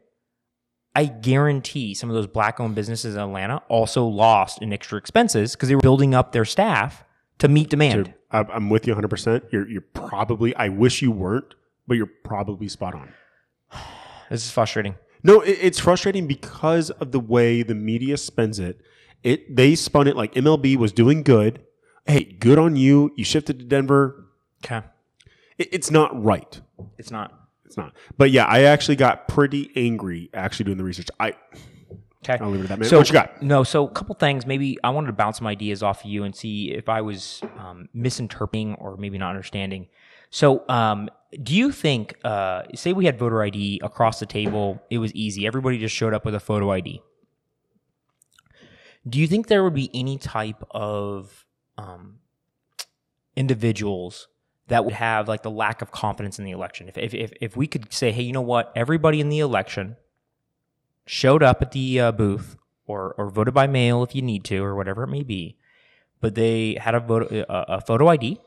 Speaker 1: I guarantee some of those black-owned businesses in Atlanta also lost in extra expenses because they were building up their staff to meet demand.
Speaker 2: Dude, I- I'm with you 100%. You're, you're probably, I wish you weren't, but you're probably spot on.
Speaker 1: This is frustrating.
Speaker 2: No, it, it's frustrating because of the way the media spends it. It They spun it like MLB was doing good. Hey, good on you. You shifted to Denver.
Speaker 1: Okay,
Speaker 2: It, it's not right.
Speaker 1: it's not
Speaker 2: It's not. But yeah, I actually got pretty angry actually doing the research. I,
Speaker 1: okay.
Speaker 2: I'll leave it at that. Man.
Speaker 1: So-
Speaker 2: what you got?
Speaker 1: No, so a couple things. Maybe I wanted to bounce some ideas off of you and see if I was um, misinterpreting or maybe not understanding. So, um, do you think, uh, say we had voter ID across the table, it was easy. Everybody just showed up with a photo ID. Do you think there would be any type of um, individuals that would have like the lack of confidence in the election? If, if, if, if we could say, hey, you know what? Everybody in the election showed up at the uh, booth or or voted by mail if you need to or whatever it may be, but they had a vote a, a photo ID.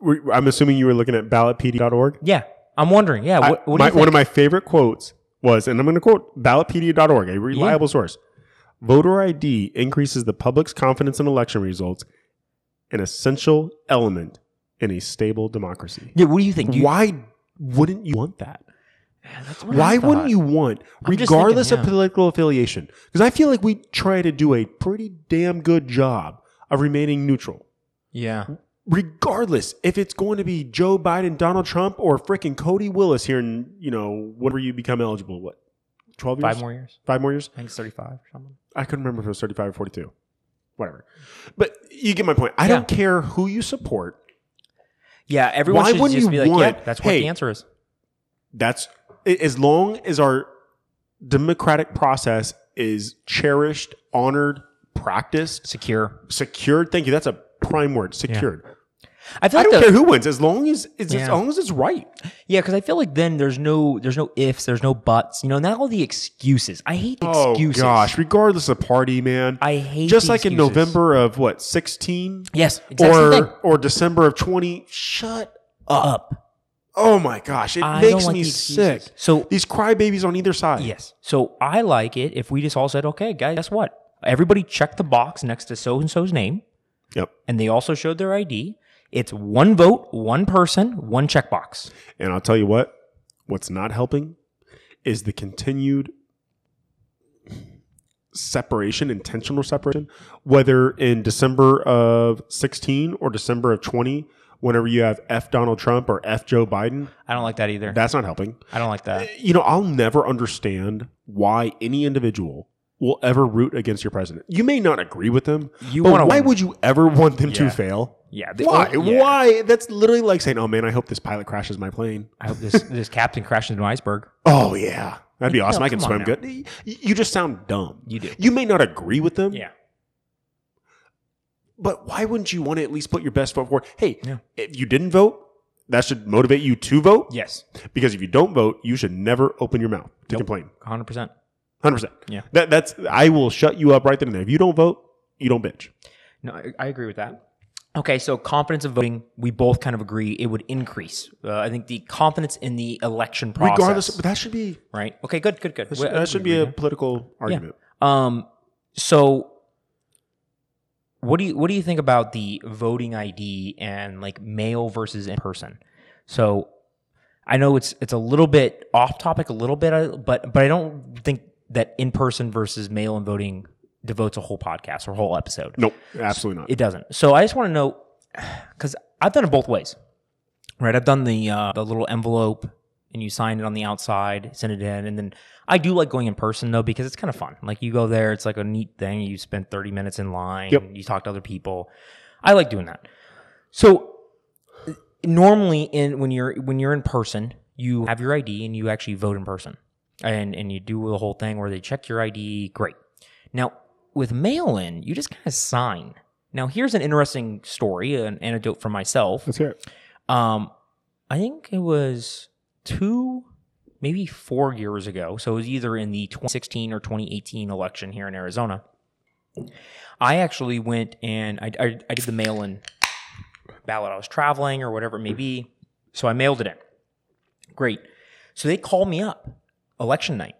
Speaker 2: We're- I'm assuming you were looking at ballotpedia.org.
Speaker 1: Yeah, I'm wondering. Yeah,
Speaker 2: I-
Speaker 1: Uh, what, what do
Speaker 2: my-
Speaker 1: you think?
Speaker 2: one of my favorite quotes was, and I'm going to quote ballotpedia.org, a reliable source. Voter ID increases the public's confidence in election results, an essential element in a stable democracy.
Speaker 1: yeah, what do you think? Do you-
Speaker 2: Why wouldn't you want that?
Speaker 1: That's what I
Speaker 2: Why
Speaker 1: thought.
Speaker 2: wouldn't you want,
Speaker 1: I'm just
Speaker 2: regardless
Speaker 1: thinking,
Speaker 2: of
Speaker 1: yeah.
Speaker 2: political affiliation? Because I feel like we try to do a pretty damn good job of remaining neutral
Speaker 1: Yeah,
Speaker 2: regardless if it's going to be Joe Biden, Donald Trump, or frickin' Cody Willis here in, you know, whenever you become eligible, what, 12 years?
Speaker 1: five more years.
Speaker 2: Five more years?
Speaker 1: I think it's 35 or something.
Speaker 2: I couldn't remember if it was 35 or 42. Whatever. But you get my point. I
Speaker 1: Yeah.
Speaker 2: don't care who you support.
Speaker 1: Yeah, everyone
Speaker 2: Why
Speaker 1: should
Speaker 2: wouldn't
Speaker 1: just
Speaker 2: you
Speaker 1: be like, yeah,
Speaker 2: want-
Speaker 1: that's what
Speaker 2: hey,
Speaker 1: the answer is.
Speaker 2: That's a- as long as our democratic process is cherished, honored, practiced,
Speaker 1: Secure.
Speaker 2: secured. Thank you. That's a prime word, secured.
Speaker 1: I feel
Speaker 2: I
Speaker 1: like
Speaker 2: don't
Speaker 1: the,
Speaker 2: care who wins as long as it's,
Speaker 1: Yeah.
Speaker 2: as long as it's right.
Speaker 1: Yeah, because I feel like then there's no there's no ifs, there's no buts. You know, not all the excuses. I hate the excuses.
Speaker 2: Oh gosh, regardless of party, man.
Speaker 1: I hate
Speaker 2: just
Speaker 1: the
Speaker 2: like in
Speaker 1: excuses.
Speaker 2: November of what 16
Speaker 1: Yes, exactly.
Speaker 2: or or December of 20 shut
Speaker 1: up.
Speaker 2: Oh my gosh, it
Speaker 1: I don't
Speaker 2: makes
Speaker 1: like
Speaker 2: me
Speaker 1: the
Speaker 2: sick.
Speaker 1: excuses. So
Speaker 2: These crybabies on either side.
Speaker 1: yes, so I like it if we just all said, okay, guys, guess what? Everybody check the box next to so and so's name,
Speaker 2: Yep.
Speaker 1: and they also showed their ID. It's one vote, one person, one checkbox.
Speaker 2: And I'll tell you what, what's not helping is the continued separation, intentional separation, whether in December of 16 or December of 20, whenever you have F Donald Trump or F Joe Biden,
Speaker 1: I don't like that either.
Speaker 2: that's not helping.
Speaker 1: I don't like that.
Speaker 2: Uh, You know, I'll never understand why any individual will ever root against your president. You may not agree with them,
Speaker 1: You
Speaker 2: but
Speaker 1: wanna
Speaker 2: why
Speaker 1: win.
Speaker 2: would you ever want them
Speaker 1: Yeah.
Speaker 2: to fail?
Speaker 1: Yeah. they- oh,
Speaker 2: Why?
Speaker 1: yeah.
Speaker 2: Why? That's literally like saying, "Oh man, I hope this pilot crashes my plane."
Speaker 1: I hope this this captain crashed into an iceberg.
Speaker 2: Oh yeah, that'd be awesome.
Speaker 1: No,
Speaker 2: I can
Speaker 1: come
Speaker 2: swim
Speaker 1: on
Speaker 2: good. Y- You just sound dumb.
Speaker 1: You do.
Speaker 2: You may not agree with them,
Speaker 1: Yeah.
Speaker 2: but why wouldn't you want to at least put your best foot forward? Hey,
Speaker 1: Yeah.
Speaker 2: if you didn't vote, that should motivate you to vote.
Speaker 1: Yes.
Speaker 2: Because if you don't vote, you should never open your mouth to
Speaker 1: Nope.
Speaker 2: complain.
Speaker 1: Hundred percent.
Speaker 2: Hundred percent.
Speaker 1: Yeah.
Speaker 2: That that's. I will shut you up right then and there. If you don't vote, you don't bitch.
Speaker 1: No, I, I agree with that. Okay, so confidence of voting, we both kind of agree it would increase. Uh, I think the confidence in the election process,
Speaker 2: Regardless, but that should be
Speaker 1: right? Okay, good, good, good.
Speaker 2: that
Speaker 1: We-
Speaker 2: should, that should be a political argument.
Speaker 1: Um, so what do you what do you think about the voting ID and like mail versus in person? So I know it's it's a little bit off topic, a little bit, uh, but but I don't think that in person versus mail and voting devotes a whole podcast or whole episode.
Speaker 2: Nope, absolutely not.
Speaker 1: It doesn't. So I just want to know because I've done it both ways, right? I've done the uh, the little envelope and you sign it on the outside, send it in, and then I do like going in person though because it's kind of fun. Like you go there, it's like a neat thing. You spend thirty minutes in line,
Speaker 2: Yep.
Speaker 1: you talk to other people. I like doing that. So normally in when you're when you're in person, you have your ID and you actually vote in person. And and you do the whole thing where they check your ID, great. Now, with mail in, you just kind of sign. Now, here's an interesting story, an anecdote from myself.
Speaker 2: Let's hear it.
Speaker 1: Um, I think it was two, maybe four years ago. So it was either in the 2016 or 2018 election here in Arizona. I actually went and I, I, I did the mail in ballot. I was traveling or whatever it may be. So I mailed it in. Great. So they called me up election night,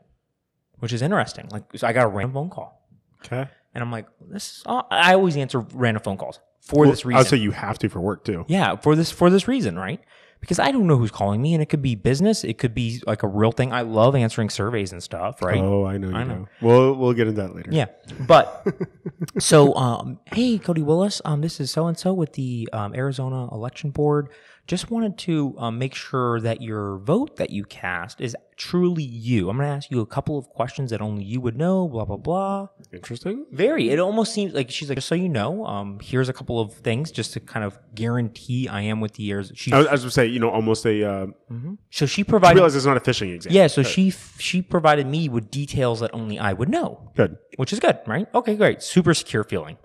Speaker 1: which is interesting. Like, so I got a random phone call.
Speaker 2: Okay.
Speaker 1: And I'm like, this is, I always answer random phone calls for
Speaker 2: Well,
Speaker 1: this reason.
Speaker 2: I'll say you have to for work too.
Speaker 1: Yeah, for this for this reason, right? Because I don't know who's calling me, and it could be business, it could be like a real thing. I love answering surveys and stuff, right?
Speaker 2: Oh, I know you
Speaker 1: I
Speaker 2: do.
Speaker 1: know.
Speaker 2: We'll we'll get into that later.
Speaker 1: Yeah, but so um, hey, Cody Willis, um, this is so and so with the um, Arizona Election Board. Just wanted to um, make sure that your vote that you cast is truly you. I'm going to ask you a couple of questions that only you would know. Blah blah blah.
Speaker 2: Interesting.
Speaker 1: Very. It almost seems like she's like, just so you know, um, here's a couple of things just to kind of guarantee I am with the Arizona. She,
Speaker 2: I was, I was gonna say, you know, almost a. Uh,
Speaker 1: so she
Speaker 2: I
Speaker 1: provided
Speaker 2: realize it's not a fishing example.
Speaker 1: Yeah, so she she provided me with details that only I would know,
Speaker 2: Good.
Speaker 1: which is good, right? Okay, great. Super secure feeling.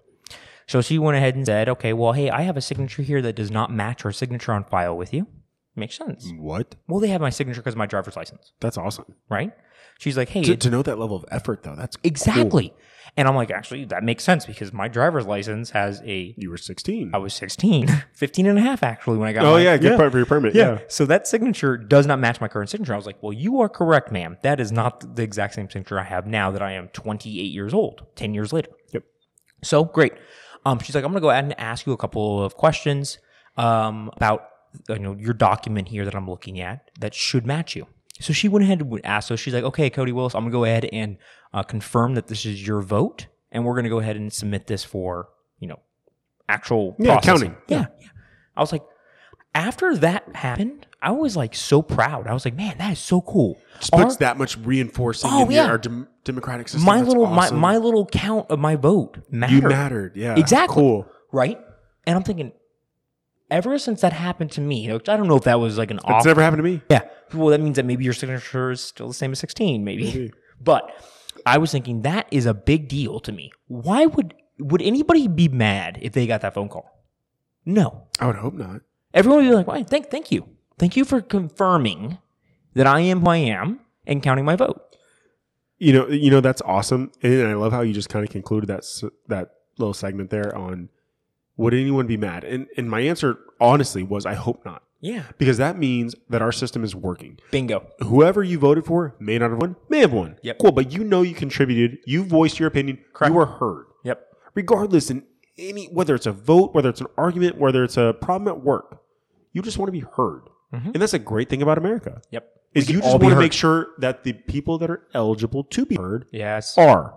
Speaker 1: So she went ahead and said, "Okay, well, hey, I have a signature here that does not match her signature on file with you." Makes sense.
Speaker 2: What?
Speaker 1: Well, they have my signature because of my driver's license,
Speaker 2: That's awesome.
Speaker 1: right? She's like, "Hey,
Speaker 2: To,
Speaker 1: it-
Speaker 2: to know that level of effort, though, that's
Speaker 1: exactly." And I'm like, "Actually, that makes sense because my driver's license has a
Speaker 2: you were sixteen.
Speaker 1: I was 16, 15 and a half actually when I got
Speaker 2: oh
Speaker 1: mine.
Speaker 2: yeah, good part for your permit. Yeah.
Speaker 1: So that signature does not match my current signature. I was like, well, you are correct, ma'am. That is not the exact same signature I have now that I am 28 years old, 10 years later.
Speaker 2: Yep.
Speaker 1: So great. Um, she's like, I'm going to go ahead and ask you a couple of questions um, about you know your document here that I'm looking at that should match you. So she went ahead and asked. So she's like, okay, Cody Willis, I'm going to go ahead and uh, confirm that this is your vote, and we're going to go ahead and submit this for you know actual
Speaker 2: Yeah,
Speaker 1: processing."
Speaker 2: counting.
Speaker 1: Yeah, yeah. I was like, after that happened, I was like so proud. I was like, man, that is so cool.
Speaker 2: Just
Speaker 1: Our-
Speaker 2: puts that much reinforcing
Speaker 1: Oh,
Speaker 2: in your-
Speaker 1: yeah.
Speaker 2: our dem- democratic system.
Speaker 1: my
Speaker 2: That's
Speaker 1: little
Speaker 2: awesome.
Speaker 1: my, my little count of my vote mattered.
Speaker 2: you mattered. Yeah.
Speaker 1: Exactly.
Speaker 2: Cool.
Speaker 1: right? And I'm thinking, ever since that happened to me, which I don't know if that was like an off.
Speaker 2: It's never happened to me.
Speaker 1: yeah. Well, that means that maybe your signature is still the same as 16, maybe.
Speaker 2: Maybe.
Speaker 1: But I was thinking that is a big deal to me. Why would would anybody be mad if they got that phone call? No.
Speaker 2: I would hope not.
Speaker 1: Everyone would be like, "Why? Thank, thank you, thank you for confirming that I am who I am and counting my vote."
Speaker 2: You know. You know. That's awesome, and I love how you just kind of concluded that s- that little segment there on would anyone be mad? And and my answer honestly was I hope not.
Speaker 1: Yeah.
Speaker 2: because that means that our system is working.
Speaker 1: Bingo.
Speaker 2: Whoever you voted for may not have won, may have won.
Speaker 1: Yep.
Speaker 2: Cool, but you know you contributed. You voiced your opinion.
Speaker 1: Correct.
Speaker 2: You were heard,
Speaker 1: Yep.
Speaker 2: regardless in any whether it's a vote, whether it's an argument, whether it's a problem at work. You just want to be heard,
Speaker 1: Mhm.
Speaker 2: and that's a great thing about America.
Speaker 1: Yep.
Speaker 2: Is
Speaker 1: can
Speaker 2: you
Speaker 1: all
Speaker 2: just
Speaker 1: be
Speaker 2: want to
Speaker 1: heard.
Speaker 2: make sure that the people that are eligible to be heard
Speaker 1: Yes.
Speaker 2: are.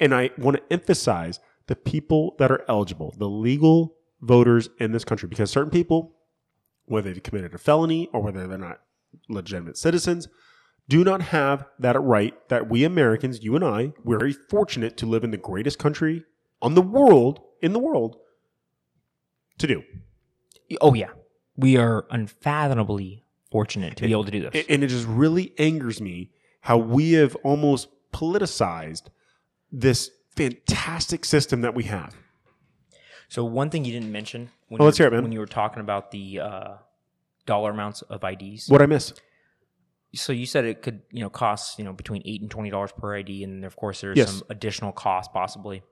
Speaker 2: And I want to emphasize the people that are eligible, the legal voters in this country, because certain people, whether they've committed a felony or whether they're not legitimate citizens, do not have that right that we Americans, you and I, we're very fortunate to live in the greatest country on the world, in the world, to do.
Speaker 1: Oh yeah. We are unfathomably fortunate to be able to do this.
Speaker 2: A- And it just really angers me how we have almost politicized this fantastic system that we have.
Speaker 1: So one thing you didn't mention when
Speaker 2: Oh,
Speaker 1: you,
Speaker 2: let's hear it, man.
Speaker 1: when you were talking about the uh, dollar amounts of IDs.
Speaker 2: What I miss?
Speaker 1: So you said it could, you know, cost, you know, between 8 and 20 dollars per ID and of course there's
Speaker 2: Yes.
Speaker 1: some additional cost possibly.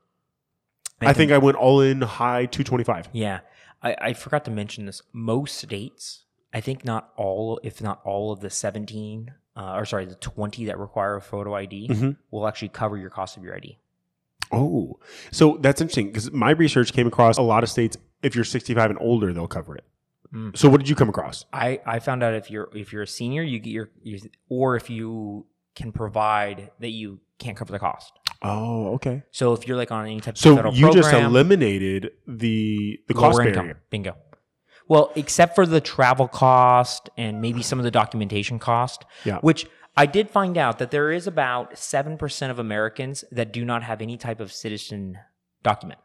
Speaker 2: I think I went all in high 225.
Speaker 1: Yeah. I, I forgot to mention this. Most states, I think not all, if not all of the 17, uh, or sorry, the 20 that require a photo ID
Speaker 2: Mhm.
Speaker 1: will actually cover your cost of your ID.
Speaker 2: Oh, so that's interesting because my research came across a lot of states. If you're 65 and older, they'll cover it.
Speaker 1: Mm.
Speaker 2: So what did you come across?
Speaker 1: I, I found out if you're if you're a senior, you get your, your or if you can provide that you can't cover the cost.
Speaker 2: Oh, okay.
Speaker 1: So if you're like on any type of
Speaker 2: So
Speaker 1: federal
Speaker 2: you
Speaker 1: program,
Speaker 2: just eliminated the the cost
Speaker 1: lower
Speaker 2: barrier.
Speaker 1: income. Bingo. Well, except for the travel cost and maybe some of the documentation cost,
Speaker 2: Yeah.
Speaker 1: which I did find out that there is about 7% of Americans that do not have any type of citizen document.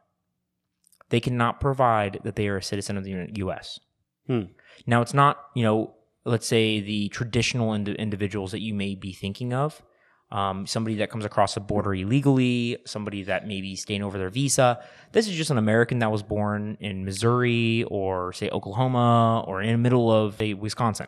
Speaker 1: They cannot provide that they are a citizen of the U- U.S.
Speaker 2: Hmm.
Speaker 1: Now, it's not, you know, let's say the traditional indi- individuals that you may be thinking of. Um, somebody that comes across the border illegally, somebody that maybe staying over their visa. This is just an American that was born in Missouri or say Oklahoma or in the middle of say, Wisconsin,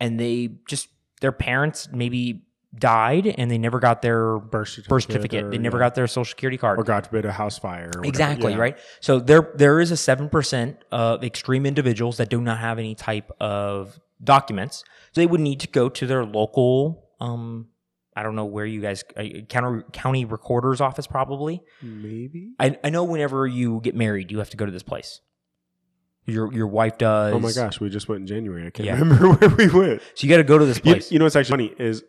Speaker 1: and they just their parents maybe died and they never got their
Speaker 2: Birth certificate.
Speaker 1: birth certificate. They
Speaker 2: or-
Speaker 1: never got their social security card.
Speaker 2: Or God forbid a house fire. Or whatever.
Speaker 1: Exactly
Speaker 2: Yeah.
Speaker 1: right. So there there is a seven percent of extreme individuals that do not have any type of documents. So they would need to go to their local. Um, I don't know where you guys uh, county county recorder's office probably.
Speaker 2: Maybe.
Speaker 1: I, I know whenever you get married, you have to go to this place. Your your wife does.
Speaker 2: Oh my gosh, we just went in January. I can't
Speaker 1: Yeah.
Speaker 2: remember where we went.
Speaker 1: So you got to go to this
Speaker 2: You,
Speaker 1: place.
Speaker 2: you know what's actually funny is,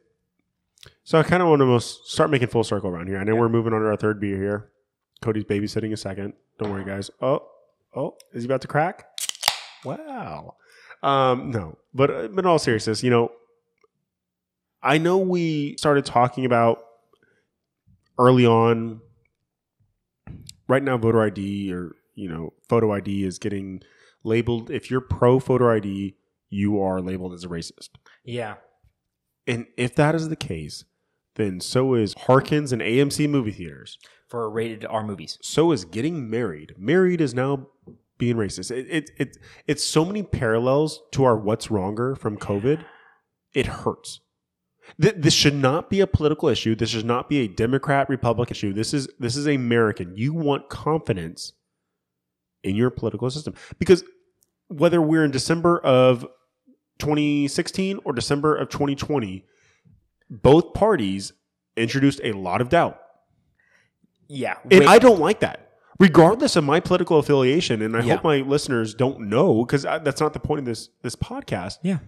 Speaker 2: so I kind of want to most start making full circle around here. I know we're moving on to our third beer here. Cody's babysitting a second. Don't worry, guys. Oh, oh, is he about to crack? Wow. Um, no, but uh, but in all seriousness, you know, I know we started talking about early on. Right now, voter ID or you know photo ID is getting labeled. If you're pro photo ID, you are labeled as a racist.
Speaker 1: Yeah.
Speaker 2: And if that is the case, then so is Harkins and AMC movie theaters.
Speaker 1: For rated R movies.
Speaker 2: So is getting married. Married is now being racist. It, it, it, it's so many parallels to our what's wronger from COVID. It hurts. Th- this should not be a political issue. This should not be a Democrat Republican issue. This is this is American. You want confidence in your political system because whether we're in December of 2016 or December of 2020, both parties introduced a lot of doubt.
Speaker 1: Yeah.
Speaker 2: And
Speaker 1: Wait,
Speaker 2: I don't like that, regardless of my political affiliation. And I
Speaker 1: Yeah.
Speaker 2: hope my listeners don't know because that's not the point of this this podcast.
Speaker 1: yeah.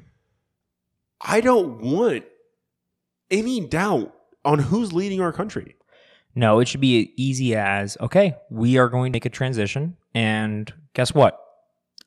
Speaker 2: I don't want any doubt on who's leading our country.
Speaker 1: No, it should be easy as okay, we are going to make a transition, and guess what?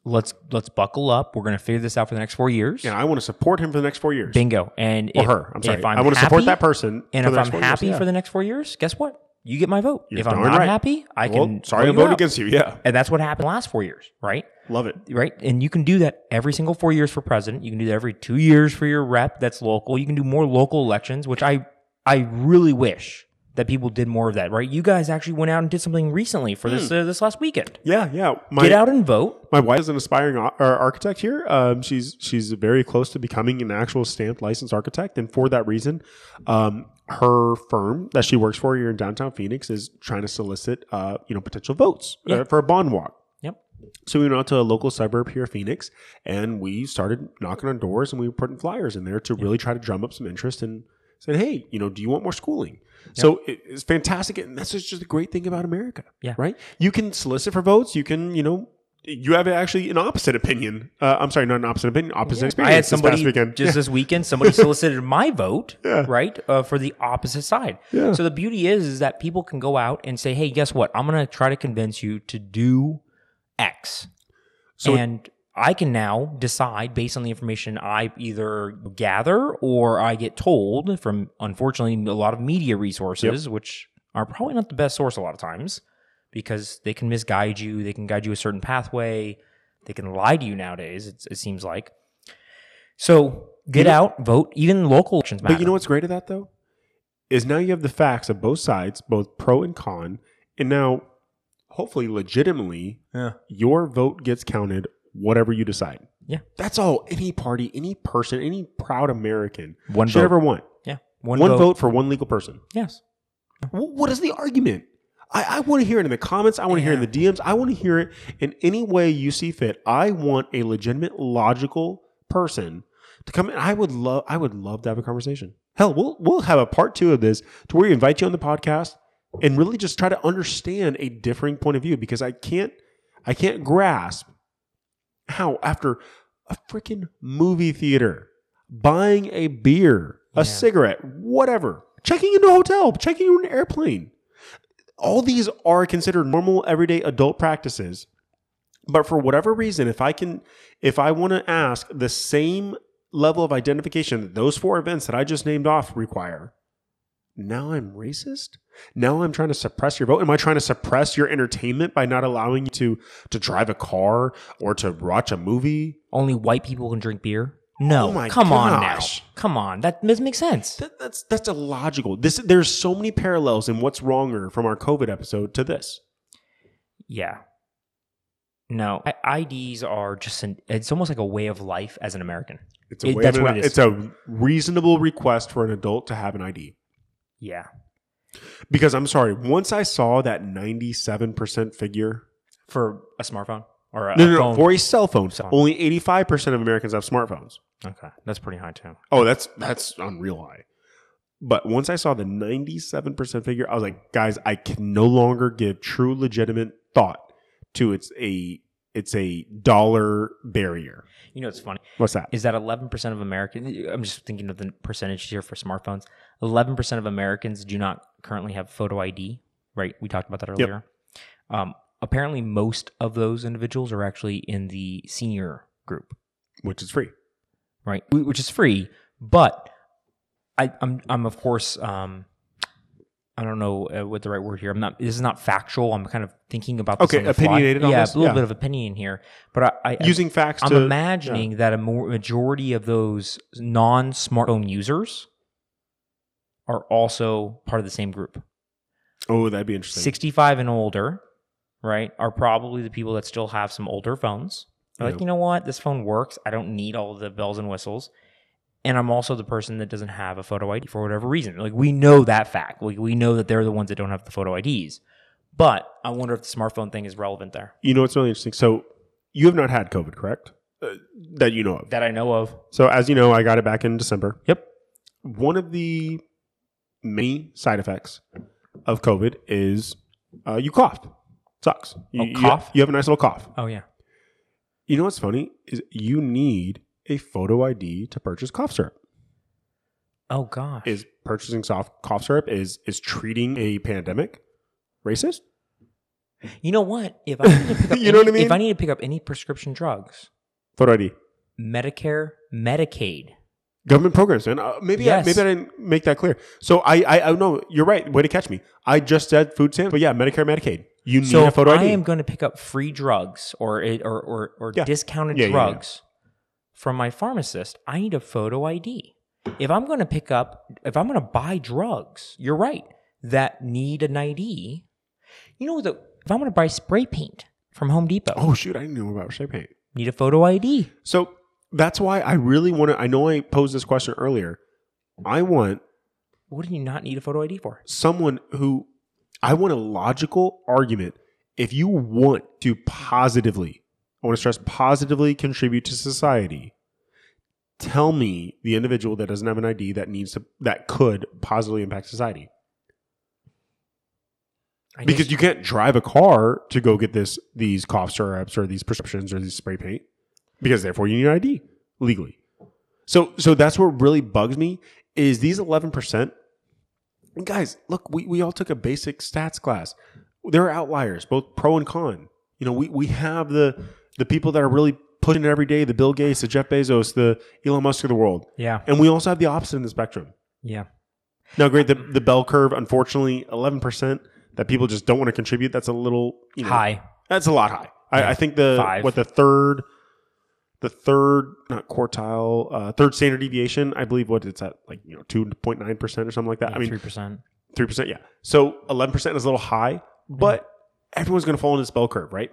Speaker 1: Let's let's buckle up. We're going to figure this out for the next four years.
Speaker 2: And I want to support him for the next four years.
Speaker 1: Bingo. And
Speaker 2: or
Speaker 1: if,
Speaker 2: her. I'm sorry.
Speaker 1: If
Speaker 2: i
Speaker 1: I'm
Speaker 2: want to support
Speaker 1: happy-
Speaker 2: that person.
Speaker 1: And
Speaker 2: for
Speaker 1: if
Speaker 2: the next
Speaker 1: I'm
Speaker 2: four years.
Speaker 1: happy
Speaker 2: Yeah.
Speaker 1: for the next four years, guess what? You get my vote.
Speaker 2: You're
Speaker 1: if I'm
Speaker 2: darn
Speaker 1: not
Speaker 2: right.
Speaker 1: happy, I
Speaker 2: Well,
Speaker 1: can.
Speaker 2: sorry,
Speaker 1: vote
Speaker 2: I vote
Speaker 1: you out.
Speaker 2: against you. Yeah,
Speaker 1: And that's what happened the last four years, right?
Speaker 2: love it.
Speaker 1: right? And you can do that every single four years for president. You can do that every two years for your rep that's local. You can do more local elections, which I I really wish that people did more of that, right? You guys actually went out and did something recently for this uh, this last weekend.
Speaker 2: Yeah, yeah. Hmm. My,
Speaker 1: Get out and vote.
Speaker 2: my wife is an aspiring ar- uh, architect here. Um, she's she's very close to becoming an actual stamped licensed architect, and for that reason, um, her firm that she works for here in downtown Phoenix is trying to solicit uh, you know potential votes
Speaker 1: Yeah.
Speaker 2: uh, for a bond walk.
Speaker 1: Yep.
Speaker 2: So we went out to a local suburb here, Phoenix, and we started knocking on doors and we were putting flyers in there to really try to drum up some interest and said, hey, you know, do you want more schooling? So it, it's fantastic. And that's just the great thing about America,
Speaker 1: Yeah.
Speaker 2: right? You can solicit for votes. You can, you know, you have actually an opposite opinion. Uh, I'm sorry, not an opposite opinion, opposite experience.
Speaker 1: I had
Speaker 2: this
Speaker 1: somebody
Speaker 2: past weekend.
Speaker 1: just this weekend. Somebody solicited my vote,
Speaker 2: Yeah.
Speaker 1: right, uh, for the opposite side.
Speaker 2: Yeah.
Speaker 1: So the beauty is, is that people can go out and say, "Hey, guess what? I'm going to try to convince you to do X,"
Speaker 2: So-
Speaker 1: and I can now decide based on the information I either gather or I get told from, unfortunately, a lot of media resources, which are probably not the best source a lot of times because they can misguide you. They can guide you a certain pathway. They can lie to you nowadays. It, it seems like. So get out, vote. Even local elections matter.
Speaker 2: But you know what's great of that though? Is now you have the facts of both sides, both pro and con, and now hopefully legitimately
Speaker 1: Yeah.
Speaker 2: your vote gets counted whatever you decide.
Speaker 1: Yeah.
Speaker 2: That's all any party, any person, any proud American
Speaker 1: one
Speaker 2: should
Speaker 1: vote.
Speaker 2: ever want.
Speaker 1: yeah,
Speaker 2: One, vote. for one legal person.
Speaker 1: Yes.
Speaker 2: Wh- What is the argument? I, I want to hear it in the comments. I want to hear it in the DMs. I want to hear it in any way you see fit. I want a legitimate, logical person to come in. I would love. I would love to have a conversation. Hell, we'll we'll have a part two of this to where we invite you on the podcast and really just try to understand a differing point of view because I can't I can't grasp how after a freaking movie theater, buying a beer, a
Speaker 1: Yeah.
Speaker 2: cigarette, whatever, checking into a hotel, checking into an airplane. All these are considered normal everyday adult practices. But for whatever reason, if I can if I want to ask the same level of identification that those four events that I just named off require, now I'm racist? Now I'm trying to suppress your vote. Am I trying to suppress your entertainment by not allowing you to to drive a car or to watch a movie?
Speaker 1: Only white people can drink beer. No.
Speaker 2: Oh my
Speaker 1: come on now.
Speaker 2: gosh.
Speaker 1: Come on. That doesn't make sense.
Speaker 2: That, that's that's illogical. This there's so many parallels in what's wronger from our COVID episode to this.
Speaker 1: Yeah. No, I- IDs are just an, it's almost like a way of life as an American.
Speaker 2: It's
Speaker 1: It- that's what it is.
Speaker 2: it's a reasonable request for an adult to have an ID.
Speaker 1: Yeah.
Speaker 2: Because I'm sorry, once I saw that 97% figure
Speaker 1: For a smartphone or a
Speaker 2: no, no, no,
Speaker 1: phone.
Speaker 2: for a cell phone,
Speaker 1: Cell phone.
Speaker 2: only 85% of Americans have smartphones.
Speaker 1: okay. That's pretty high too.
Speaker 2: Oh, that's that's unreal high. But once I saw the 97% figure, I was like, guys, I can no longer give true legitimate thought to it's a it's a dollar barrier.
Speaker 1: You know what's funny
Speaker 2: What's that?
Speaker 1: is that 11% of Americans I'm just thinking of the percentage here for smartphones. 11% of Americans do not currently have photo ID, right? We talked about that earlier. Um apparently most of those individuals are actually in the senior group.
Speaker 2: Which is free.
Speaker 1: right? Wh- Which is free, but I, I'm I'm of course um, I don't know uh, what the right word here. I'm not. This is not factual. I'm kind of thinking about this
Speaker 2: Okay,
Speaker 1: on the fly.
Speaker 2: opinionated on
Speaker 1: Yeah,
Speaker 2: this?
Speaker 1: a little
Speaker 2: Yeah.
Speaker 1: bit of opinion here, but I, I
Speaker 2: Using facts
Speaker 1: I'm
Speaker 2: to
Speaker 1: imagining that a more, majority of those non-smartphone users are also part of the same group.
Speaker 2: Oh, that'd be interesting.
Speaker 1: 65 and older, right, are probably the people that still have some older phones. They're
Speaker 2: Yeah.
Speaker 1: Like, you know what? This phone works. I don't need all the bells and whistles. And I'm also the person that doesn't have a photo ID for whatever reason. Like, we know that fact. Like, we know that they're the ones that don't have the photo IDs. But I wonder if the smartphone thing is relevant there
Speaker 2: You know what's really interesting? So you have not had COVID, correct? Uh, that you know of.
Speaker 1: that I know of.
Speaker 2: So as you know, I got it back in December.
Speaker 1: Yep.
Speaker 2: One of the many side effects of COVID is uh, you cough. Sucks. You,
Speaker 1: Oh,
Speaker 2: you-
Speaker 1: cough?
Speaker 2: You, have a nice little cough.
Speaker 1: Oh, yeah.
Speaker 2: You know what's funny is you need a photo ID to purchase cough syrup.
Speaker 1: Oh, gosh.
Speaker 2: Is purchasing soft cough syrup is is treating a pandemic racist?
Speaker 1: you know what? If I, need to pick up
Speaker 2: You know what I
Speaker 1: any- If
Speaker 2: mean?
Speaker 1: I need to pick up any prescription drugs,
Speaker 2: Photo ID.
Speaker 1: Medicare, Medicaid,
Speaker 2: Government programs, man. Uh, maybe I,
Speaker 1: Yes.
Speaker 2: maybe I didn't make that clear. So I I, I know you're right. Way to catch me. I just said food stamps, but yeah, Medicare, Medicaid. You need
Speaker 1: So
Speaker 2: a
Speaker 1: if
Speaker 2: photo
Speaker 1: I
Speaker 2: ID.
Speaker 1: am going to pick up free drugs or it- or or, or
Speaker 2: Yeah.
Speaker 1: discounted
Speaker 2: Yeah, yeah, yeah.
Speaker 1: drugs from my pharmacist, I need a photo ID. If I'm going to pick up, if I'm going to buy drugs, you're right that need an ID. You know the if I'm going to buy spray paint from Home Depot,
Speaker 2: Oh shoot, I didn't know about spray paint.
Speaker 1: need a photo ID.
Speaker 2: So that's why I really want to. I know I posed this question earlier. I want
Speaker 1: What do you not need a photo ID for?
Speaker 2: someone who I want a logical argument if you want to positively, I want to stress positively contribute to society, tell me the individual that doesn't have an ID that needs to that could positively impact society.
Speaker 1: I
Speaker 2: Because
Speaker 1: guess-
Speaker 2: you can't drive a car to go get this these cough syrups or these prescriptions or these spray paint because therefore you need an ID legally. So so that's what really bugs me is these eleven percent guys, look, we, we all took a basic stats class. There are outliers, both pro and con. You know, we, we have the the people that are really pushing it every day, the Bill Gates, the Jeff Bezos, the Elon Musk of the world.
Speaker 1: yeah,
Speaker 2: And we also have the opposite in the spectrum.
Speaker 1: yeah.
Speaker 2: Now, great, the, the bell curve, unfortunately, 11% that people just don't want to contribute. That's a little you know,
Speaker 1: High.
Speaker 2: That's a lot high. I, I think the
Speaker 1: Five.
Speaker 2: what the third, the third not quartile, uh, third standard deviation. I believe what it's at like you know two point nine percent or something like that. I mean
Speaker 1: three percent.
Speaker 2: three percent. Yeah, so eleven percent is a little high, but
Speaker 1: Mm.
Speaker 2: everyone's going to fall in this bell curve, right?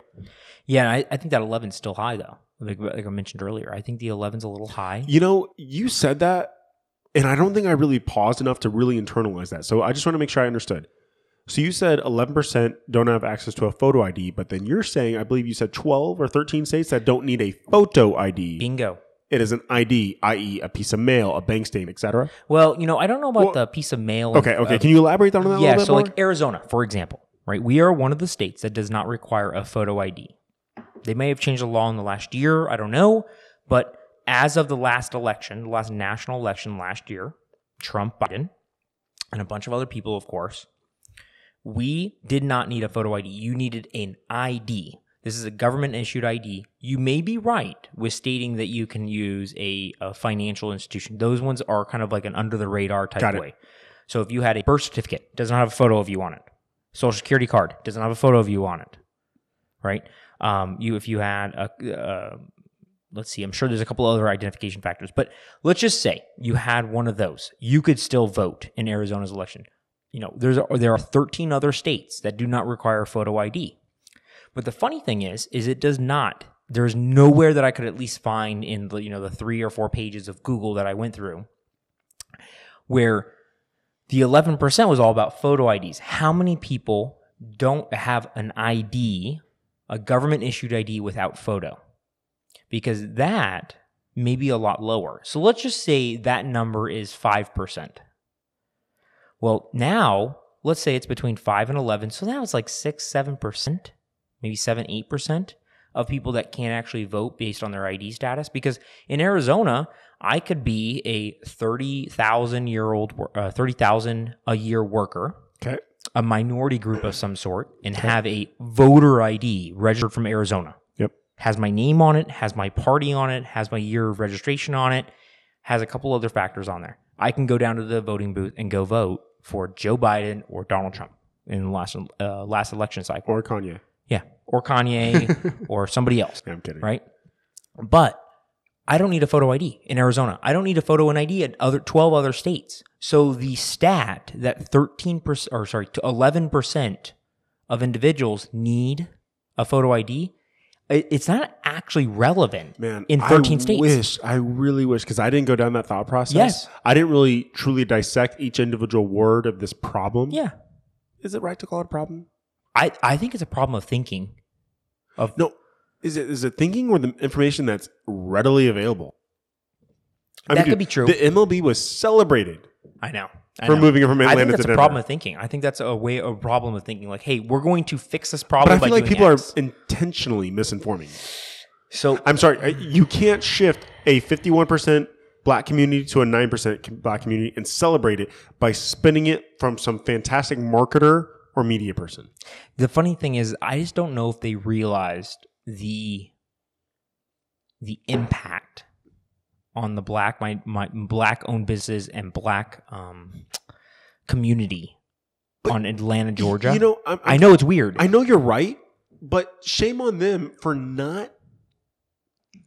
Speaker 1: Yeah, and I, I think that 11's still high though. Like, like I mentioned earlier, I think the 11's a little high.
Speaker 2: You know, you said that, and I don't think I really paused enough to really internalize that. So I just want to make sure I understood. So you said 11% don't have access to a photo ID, but then you're saying, I believe you said 12 or 13 states that don't need a photo ID.
Speaker 1: Bingo.
Speaker 2: It is an ID, i.e., a piece of mail, a bank statement, etc.
Speaker 1: Well, you know, I don't know about
Speaker 2: Well-
Speaker 1: the piece of mail.
Speaker 2: Okay,
Speaker 1: uh,
Speaker 2: okay. Can you elaborate on that a
Speaker 1: yeah,
Speaker 2: little bit
Speaker 1: so
Speaker 2: more?
Speaker 1: like Arizona, for example, right? We are one of the states that does not require a photo ID. They may have changed the law in the last year, I don't know, but as of the last election, the last national election last year, Trump, Biden, and a bunch of other people, of course, we did not need a photo ID. You needed an ID. This is a government issued ID. You may be right with stating that you can use a, a financial institution. Those ones are kind of like an under the radar type
Speaker 2: Got it.
Speaker 1: way. So if you had a birth certificate, doesn't have a photo of you on it. Social security card doesn't have a photo of you on it. Right? Um, you if you had a uh, let's see, I'm sure there's a couple other identification factors, but let's just say you had one of those. You could still vote in Arizona's election. You know, there's there are 13 other states that do not require photo ID. But the funny thing is, is it does not. There's nowhere that I could at least find in the you know the three or four pages of Google that I went through where the 11% was all about photo IDs. How many people don't have an ID, a government issued ID without photo? Because that may be a lot lower. So let's just say that number is 5%. Well, now let's say it's between 5 and 11. So now it's like 6, 7%, maybe 7, 8% of people that can't actually vote based on their ID status. Because in Arizona, I could be a 30,000 year old, wor- uh, 30,000 a year worker,
Speaker 2: okay.
Speaker 1: a minority group of some sort, and have a voter ID registered from Arizona.
Speaker 2: Yep.
Speaker 1: Has my name on it, has my party on it, has my year of registration on it, has a couple other factors on there. I can go down to the voting booth and go vote for Joe Biden or Donald Trump in the last uh, last election cycle.
Speaker 2: Or Kanye.
Speaker 1: Yeah, or Kanye or somebody else
Speaker 2: Yeah, I'm kidding.
Speaker 1: right? But I don't need a photo ID in Arizona. I don't need a photo and ID at other 12 other states. So the stat that 13% or sorry, to 11% of individuals need a photo ID, i- it's not actually relevant
Speaker 2: Man,
Speaker 1: in 13
Speaker 2: I
Speaker 1: states.
Speaker 2: Wish I really wish because I didn't go down that thought process.
Speaker 1: Yes.
Speaker 2: I didn't really truly dissect each individual word of this problem.
Speaker 1: Yeah.
Speaker 2: is it right to call it a problem?
Speaker 1: I, I think it's a problem of thinking.
Speaker 2: No, is it is it thinking or the information that's readily available?
Speaker 1: That could be true.
Speaker 2: The MLB was celebrated
Speaker 1: I know. I
Speaker 2: for
Speaker 1: know.
Speaker 2: moving it from
Speaker 1: I
Speaker 2: Atlanta
Speaker 1: think
Speaker 2: to
Speaker 1: that's a
Speaker 2: Denver.
Speaker 1: problem of thinking. I think that's a way a problem of thinking like, hey, we're going to fix this
Speaker 2: but
Speaker 1: problem.
Speaker 2: I feel
Speaker 1: by
Speaker 2: like
Speaker 1: doing
Speaker 2: people
Speaker 1: X.
Speaker 2: are intentionally misinforming.
Speaker 1: so
Speaker 2: I'm sorry, I- you can't shift a 51% black community to a 9% com- black community and celebrate it by spinning it from some fantastic marketer or media person.
Speaker 1: the funny thing is i just don't know if they realized the the impact on the black my, my black owned business and black um community on atlanta georgia
Speaker 2: You know, I'm, I'm,
Speaker 1: i know it's weird
Speaker 2: I know you're right, but shame on them for not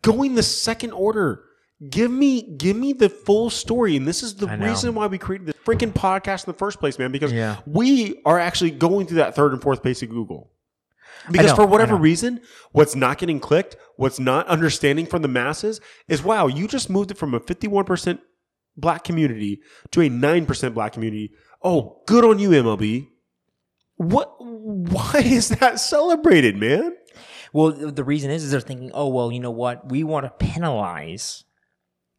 Speaker 2: going the second order. Give me give me the full story. And this is the
Speaker 1: I know.
Speaker 2: reason why we created this freaking podcast in the first place, man, because
Speaker 1: Yeah.
Speaker 2: we are actually going through that third and fourth page of Google. Because
Speaker 1: know,
Speaker 2: for
Speaker 1: I
Speaker 2: whatever
Speaker 1: know.
Speaker 2: reason, what's not getting clicked, what's not understanding from the masses is wow, you just moved it from a 51% black community to a 9% black community. Oh, good on you, MLB. What Why is that celebrated, man?
Speaker 1: Well, th- the reason is, is they're thinking, oh, well, you know what? We want to penalize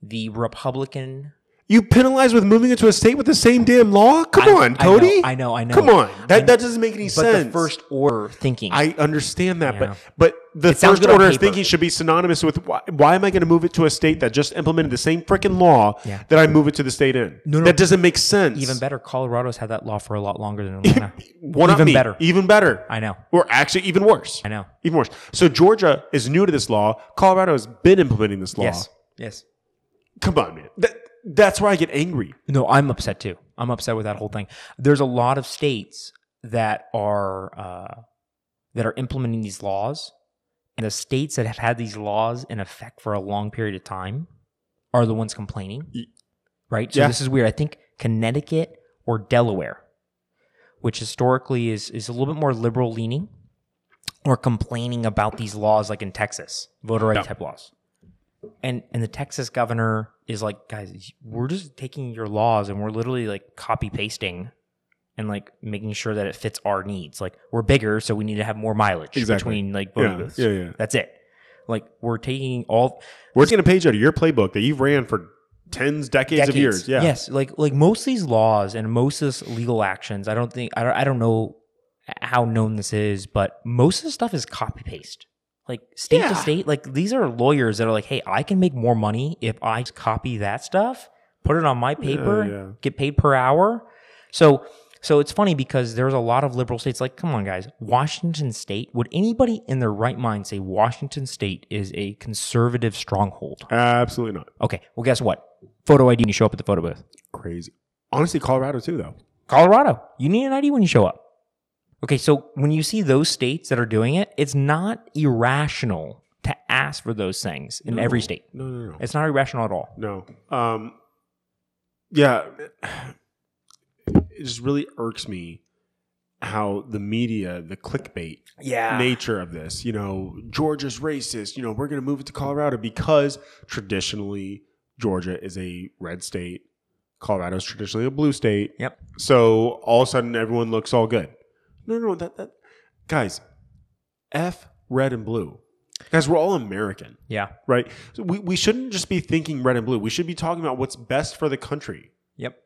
Speaker 1: the Republican.
Speaker 2: You penalize with moving into a state with the same damn law? Come
Speaker 1: I-
Speaker 2: on, Cody.
Speaker 1: I know, I know. I know.
Speaker 2: Come on.
Speaker 1: I
Speaker 2: That,
Speaker 1: know.
Speaker 2: that doesn't make any
Speaker 1: But
Speaker 2: sense.
Speaker 1: the first order thinking.
Speaker 2: I understand that,
Speaker 1: Yeah.
Speaker 2: but but the
Speaker 1: sounds
Speaker 2: first
Speaker 1: good on
Speaker 2: order of
Speaker 1: paper.
Speaker 2: thinking should be synonymous with why, why am I going to move it to a state that just implemented the same freaking law
Speaker 1: Yeah.
Speaker 2: that I move it to the state in?
Speaker 1: No, no.
Speaker 2: That doesn't make sense.
Speaker 1: even better, Colorado's had that law for a lot longer than Atlanta.
Speaker 2: One-up
Speaker 1: even
Speaker 2: me.
Speaker 1: better.
Speaker 2: Even better.
Speaker 1: I know.
Speaker 2: Or actually, even worse.
Speaker 1: I know.
Speaker 2: Even worse. So Georgia is new to this law. Colorado has been implementing this law.
Speaker 1: Yes. Yes.
Speaker 2: Come on, man. That, that's where I get angry.
Speaker 1: No, I'm upset too. I'm upset with that whole thing. There's a lot of states that are uh, that are implementing these laws, and the states that have had these laws in effect for a long period of time are the ones complaining,
Speaker 2: Y-
Speaker 1: right? So
Speaker 2: yeah.
Speaker 1: this is weird. I think Connecticut or Delaware, which historically is is a little bit more liberal leaning, are complaining about these laws, like in Texas, voter right
Speaker 2: Yeah.
Speaker 1: type laws and and the Texas governor is like, guys, we're just taking your laws and we're literally like copy pasting and like making sure that it fits our needs. Like we're bigger, so we need to have more mileage
Speaker 2: Exactly.
Speaker 1: between like voting
Speaker 2: Yeah,
Speaker 1: booths.
Speaker 2: yeah, yeah.
Speaker 1: That's it. Like we're taking all
Speaker 2: We're taking a page out of your playbook that you've ran for tens, decades, of years. Yeah.
Speaker 1: Yes. Like like most of these laws and most of this legal actions, I don't think I don't, I don't know how known this is, but most of the stuff is copy paste. Like state
Speaker 2: Yeah.
Speaker 1: to state, like these are lawyers that are like, hey, I can make more money if I copy that stuff, put it on my paper,
Speaker 2: yeah.
Speaker 1: get paid per hour. So so it's funny because there's a lot of liberal states like, come on guys, Washington State, would anybody in their right mind say Washington State is a conservative stronghold?
Speaker 2: Absolutely not.
Speaker 1: Okay, well, guess what? Photo ID when you show up at the photo booth.
Speaker 2: Crazy. Honestly, Colorado too, though.
Speaker 1: Colorado, you need an ID when you show up. Okay, so when you see those states that are doing it, it's not irrational to ask for those things in every state.
Speaker 2: No, no, no.
Speaker 1: It's not irrational at all.
Speaker 2: No. Um, yeah. It just really irks me how the media, the clickbait
Speaker 1: Yeah.
Speaker 2: nature of this, you know, Georgia's racist, you know, we're going to move it to Colorado because traditionally Georgia is a red state. Colorado's traditionally a blue state.
Speaker 1: Yep.
Speaker 2: So all of a sudden everyone looks all good. No, no, no. That, that, guys, F red and blue. Guys, we're all American
Speaker 1: yeah.
Speaker 2: right? So we, we shouldn't just be thinking red and blue. We should be talking about what's best for the country,
Speaker 1: Yep.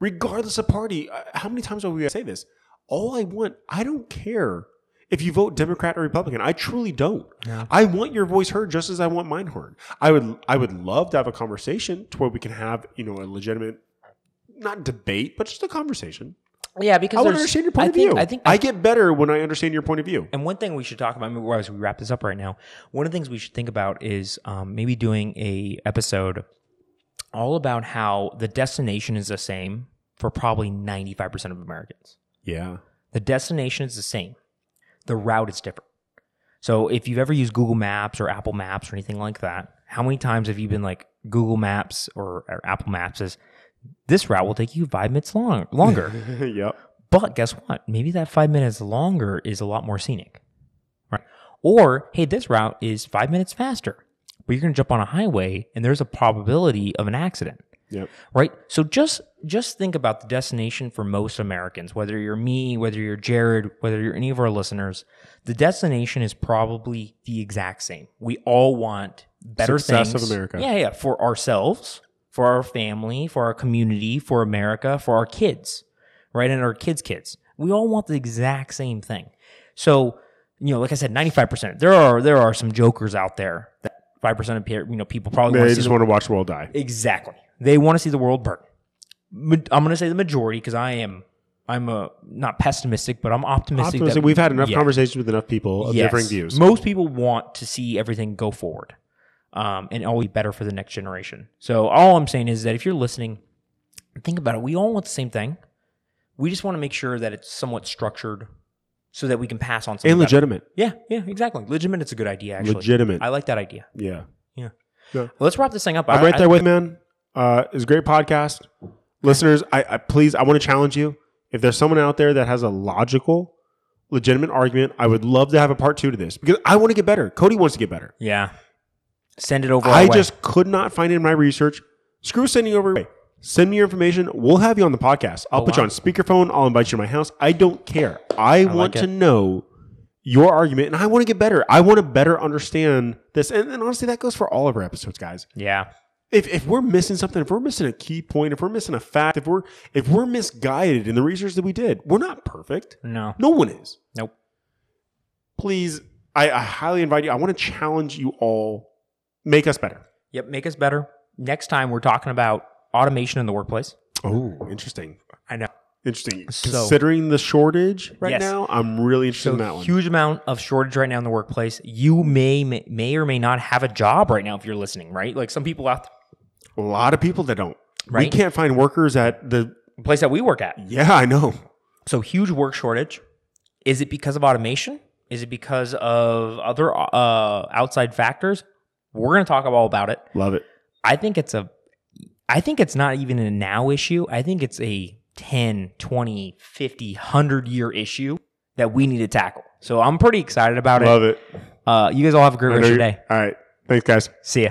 Speaker 2: regardless of party. Uh, How many times are we gonna say this? All I want, I don't care if you vote Democrat or Republican. I truly don't.
Speaker 1: Yeah.
Speaker 2: I want your voice heard just as I want mine heard. I would I would love to have a conversation to where we can have you know a legitimate. Not debate, but just a conversation.
Speaker 1: Yeah, because
Speaker 2: I want to
Speaker 1: there's-
Speaker 2: understand your point
Speaker 1: I
Speaker 2: of
Speaker 1: think,
Speaker 2: view.
Speaker 1: I think
Speaker 2: I get better when I understand your point of view.
Speaker 1: And one thing we should talk about I mean, as we wrap this up right now, one of the things we should think about is um, maybe doing a episode all about how the destination is the same for probably ninety five percent of Americans.
Speaker 2: Yeah,
Speaker 1: The destination is the same. The route is different. So if you've ever used Google Maps or Apple Maps or anything like that, how many times have you been like Google Maps or, or Apple Maps says this route will take you five minutes long, longer?
Speaker 2: yep.
Speaker 1: But guess what? Maybe that five minutes longer is a lot more scenic, right? Or hey, this route is five minutes faster, but you're going to jump on a highway and there's a probability of an accident,
Speaker 2: Yep.
Speaker 1: right? So just just think about the destination for most Americans, whether you're me, whether you're Jared, whether you're any of our listeners. The destination is probably the exact same. We all want better
Speaker 2: Success of
Speaker 1: things.
Speaker 2: America.
Speaker 1: Yeah, yeah, for ourselves, for our family, for our community, for America, for our kids right? And our kids' kids. We all want the exact same thing. So, you know, like I said, ninety five percent. There are there are some jokers out there that five percent of pe- you know people probably want
Speaker 2: They
Speaker 1: to see
Speaker 2: just
Speaker 1: the,
Speaker 2: want to watch the world die.
Speaker 1: exactly. They want to see the world burn. Ma- I'm going to say the majority because I am I'm a not pessimistic, but I'm optimistic.
Speaker 2: Optimism.
Speaker 1: that,
Speaker 2: We've had enough
Speaker 1: Yeah.
Speaker 2: conversations with enough people of
Speaker 1: Yes.
Speaker 2: differing views.
Speaker 1: Most people want to see everything go forward um, and always better for the next generation. So all I'm saying is that if you're listening, think about it. We all want the same thing. We just want to make sure that it's somewhat structured so that we can pass on something.
Speaker 2: and
Speaker 1: better.
Speaker 2: legitimate.
Speaker 1: Yeah, yeah, exactly. Legitimate is a good idea, actually.
Speaker 2: Legitimate.
Speaker 1: I like that idea.
Speaker 2: yeah.
Speaker 1: Let's wrap this thing up.
Speaker 2: I'm
Speaker 1: I-
Speaker 2: right
Speaker 1: I-
Speaker 2: there with you, man. Uh, it's a great podcast. Listeners, I, I please, I want to challenge you. If there's someone out there that has a logical, legitimate argument, I would love to have a part two to this because I want to get better. Cody wants to get better.
Speaker 1: yeah. Send it over.
Speaker 2: I
Speaker 1: our way.
Speaker 2: just could not find in my research. Screw sending over. Send me your information. We'll have you on the podcast. I'll
Speaker 1: Oh,
Speaker 2: put
Speaker 1: wow.
Speaker 2: you on speakerphone. I'll invite you to my house. I don't care. I, want
Speaker 1: like
Speaker 2: to
Speaker 1: it.
Speaker 2: know your argument and I want to get better. I want to better understand this. And, and honestly, that goes for all of our episodes, guys.
Speaker 1: Yeah.
Speaker 2: If, if we're missing something, if we're missing a key point, if we're missing a fact, if we're if we're misguided in the research that we did, we're not perfect.
Speaker 1: No.
Speaker 2: No one is.
Speaker 1: Nope.
Speaker 2: Please, I, I highly invite you. I want to challenge you all. Make us better.
Speaker 1: Yep. Make us better. Next time we're talking about automation in the workplace.
Speaker 2: Oh, interesting.
Speaker 1: I know.
Speaker 2: Interesting.
Speaker 1: So-
Speaker 2: Considering the shortage right
Speaker 1: Yes.
Speaker 2: now, I'm really interested
Speaker 1: So
Speaker 2: in that one.
Speaker 1: huge amount of shortage right now in the workplace. You may may may or may not have a job right now if you're listening, right? Like some people out
Speaker 2: A lot of people that don't. We
Speaker 1: Right?
Speaker 2: can't find workers at the.
Speaker 1: the place that we work at.
Speaker 2: Yeah, I know.
Speaker 1: So huge work shortage. Is it because of automation? Is it because of other uh, outside factors? We're going to talk all about it.
Speaker 2: Love it.
Speaker 1: I think it's a I think it's not even a now issue. I think it's a 10, 20, 50, 100 year issue that we need to tackle. So I'm pretty excited about
Speaker 2: Love it.
Speaker 1: it. Uh, you guys all have a great
Speaker 2: I
Speaker 1: rest
Speaker 2: know
Speaker 1: of your
Speaker 2: you-
Speaker 1: day.
Speaker 2: All right. Thanks, guys.
Speaker 1: See ya.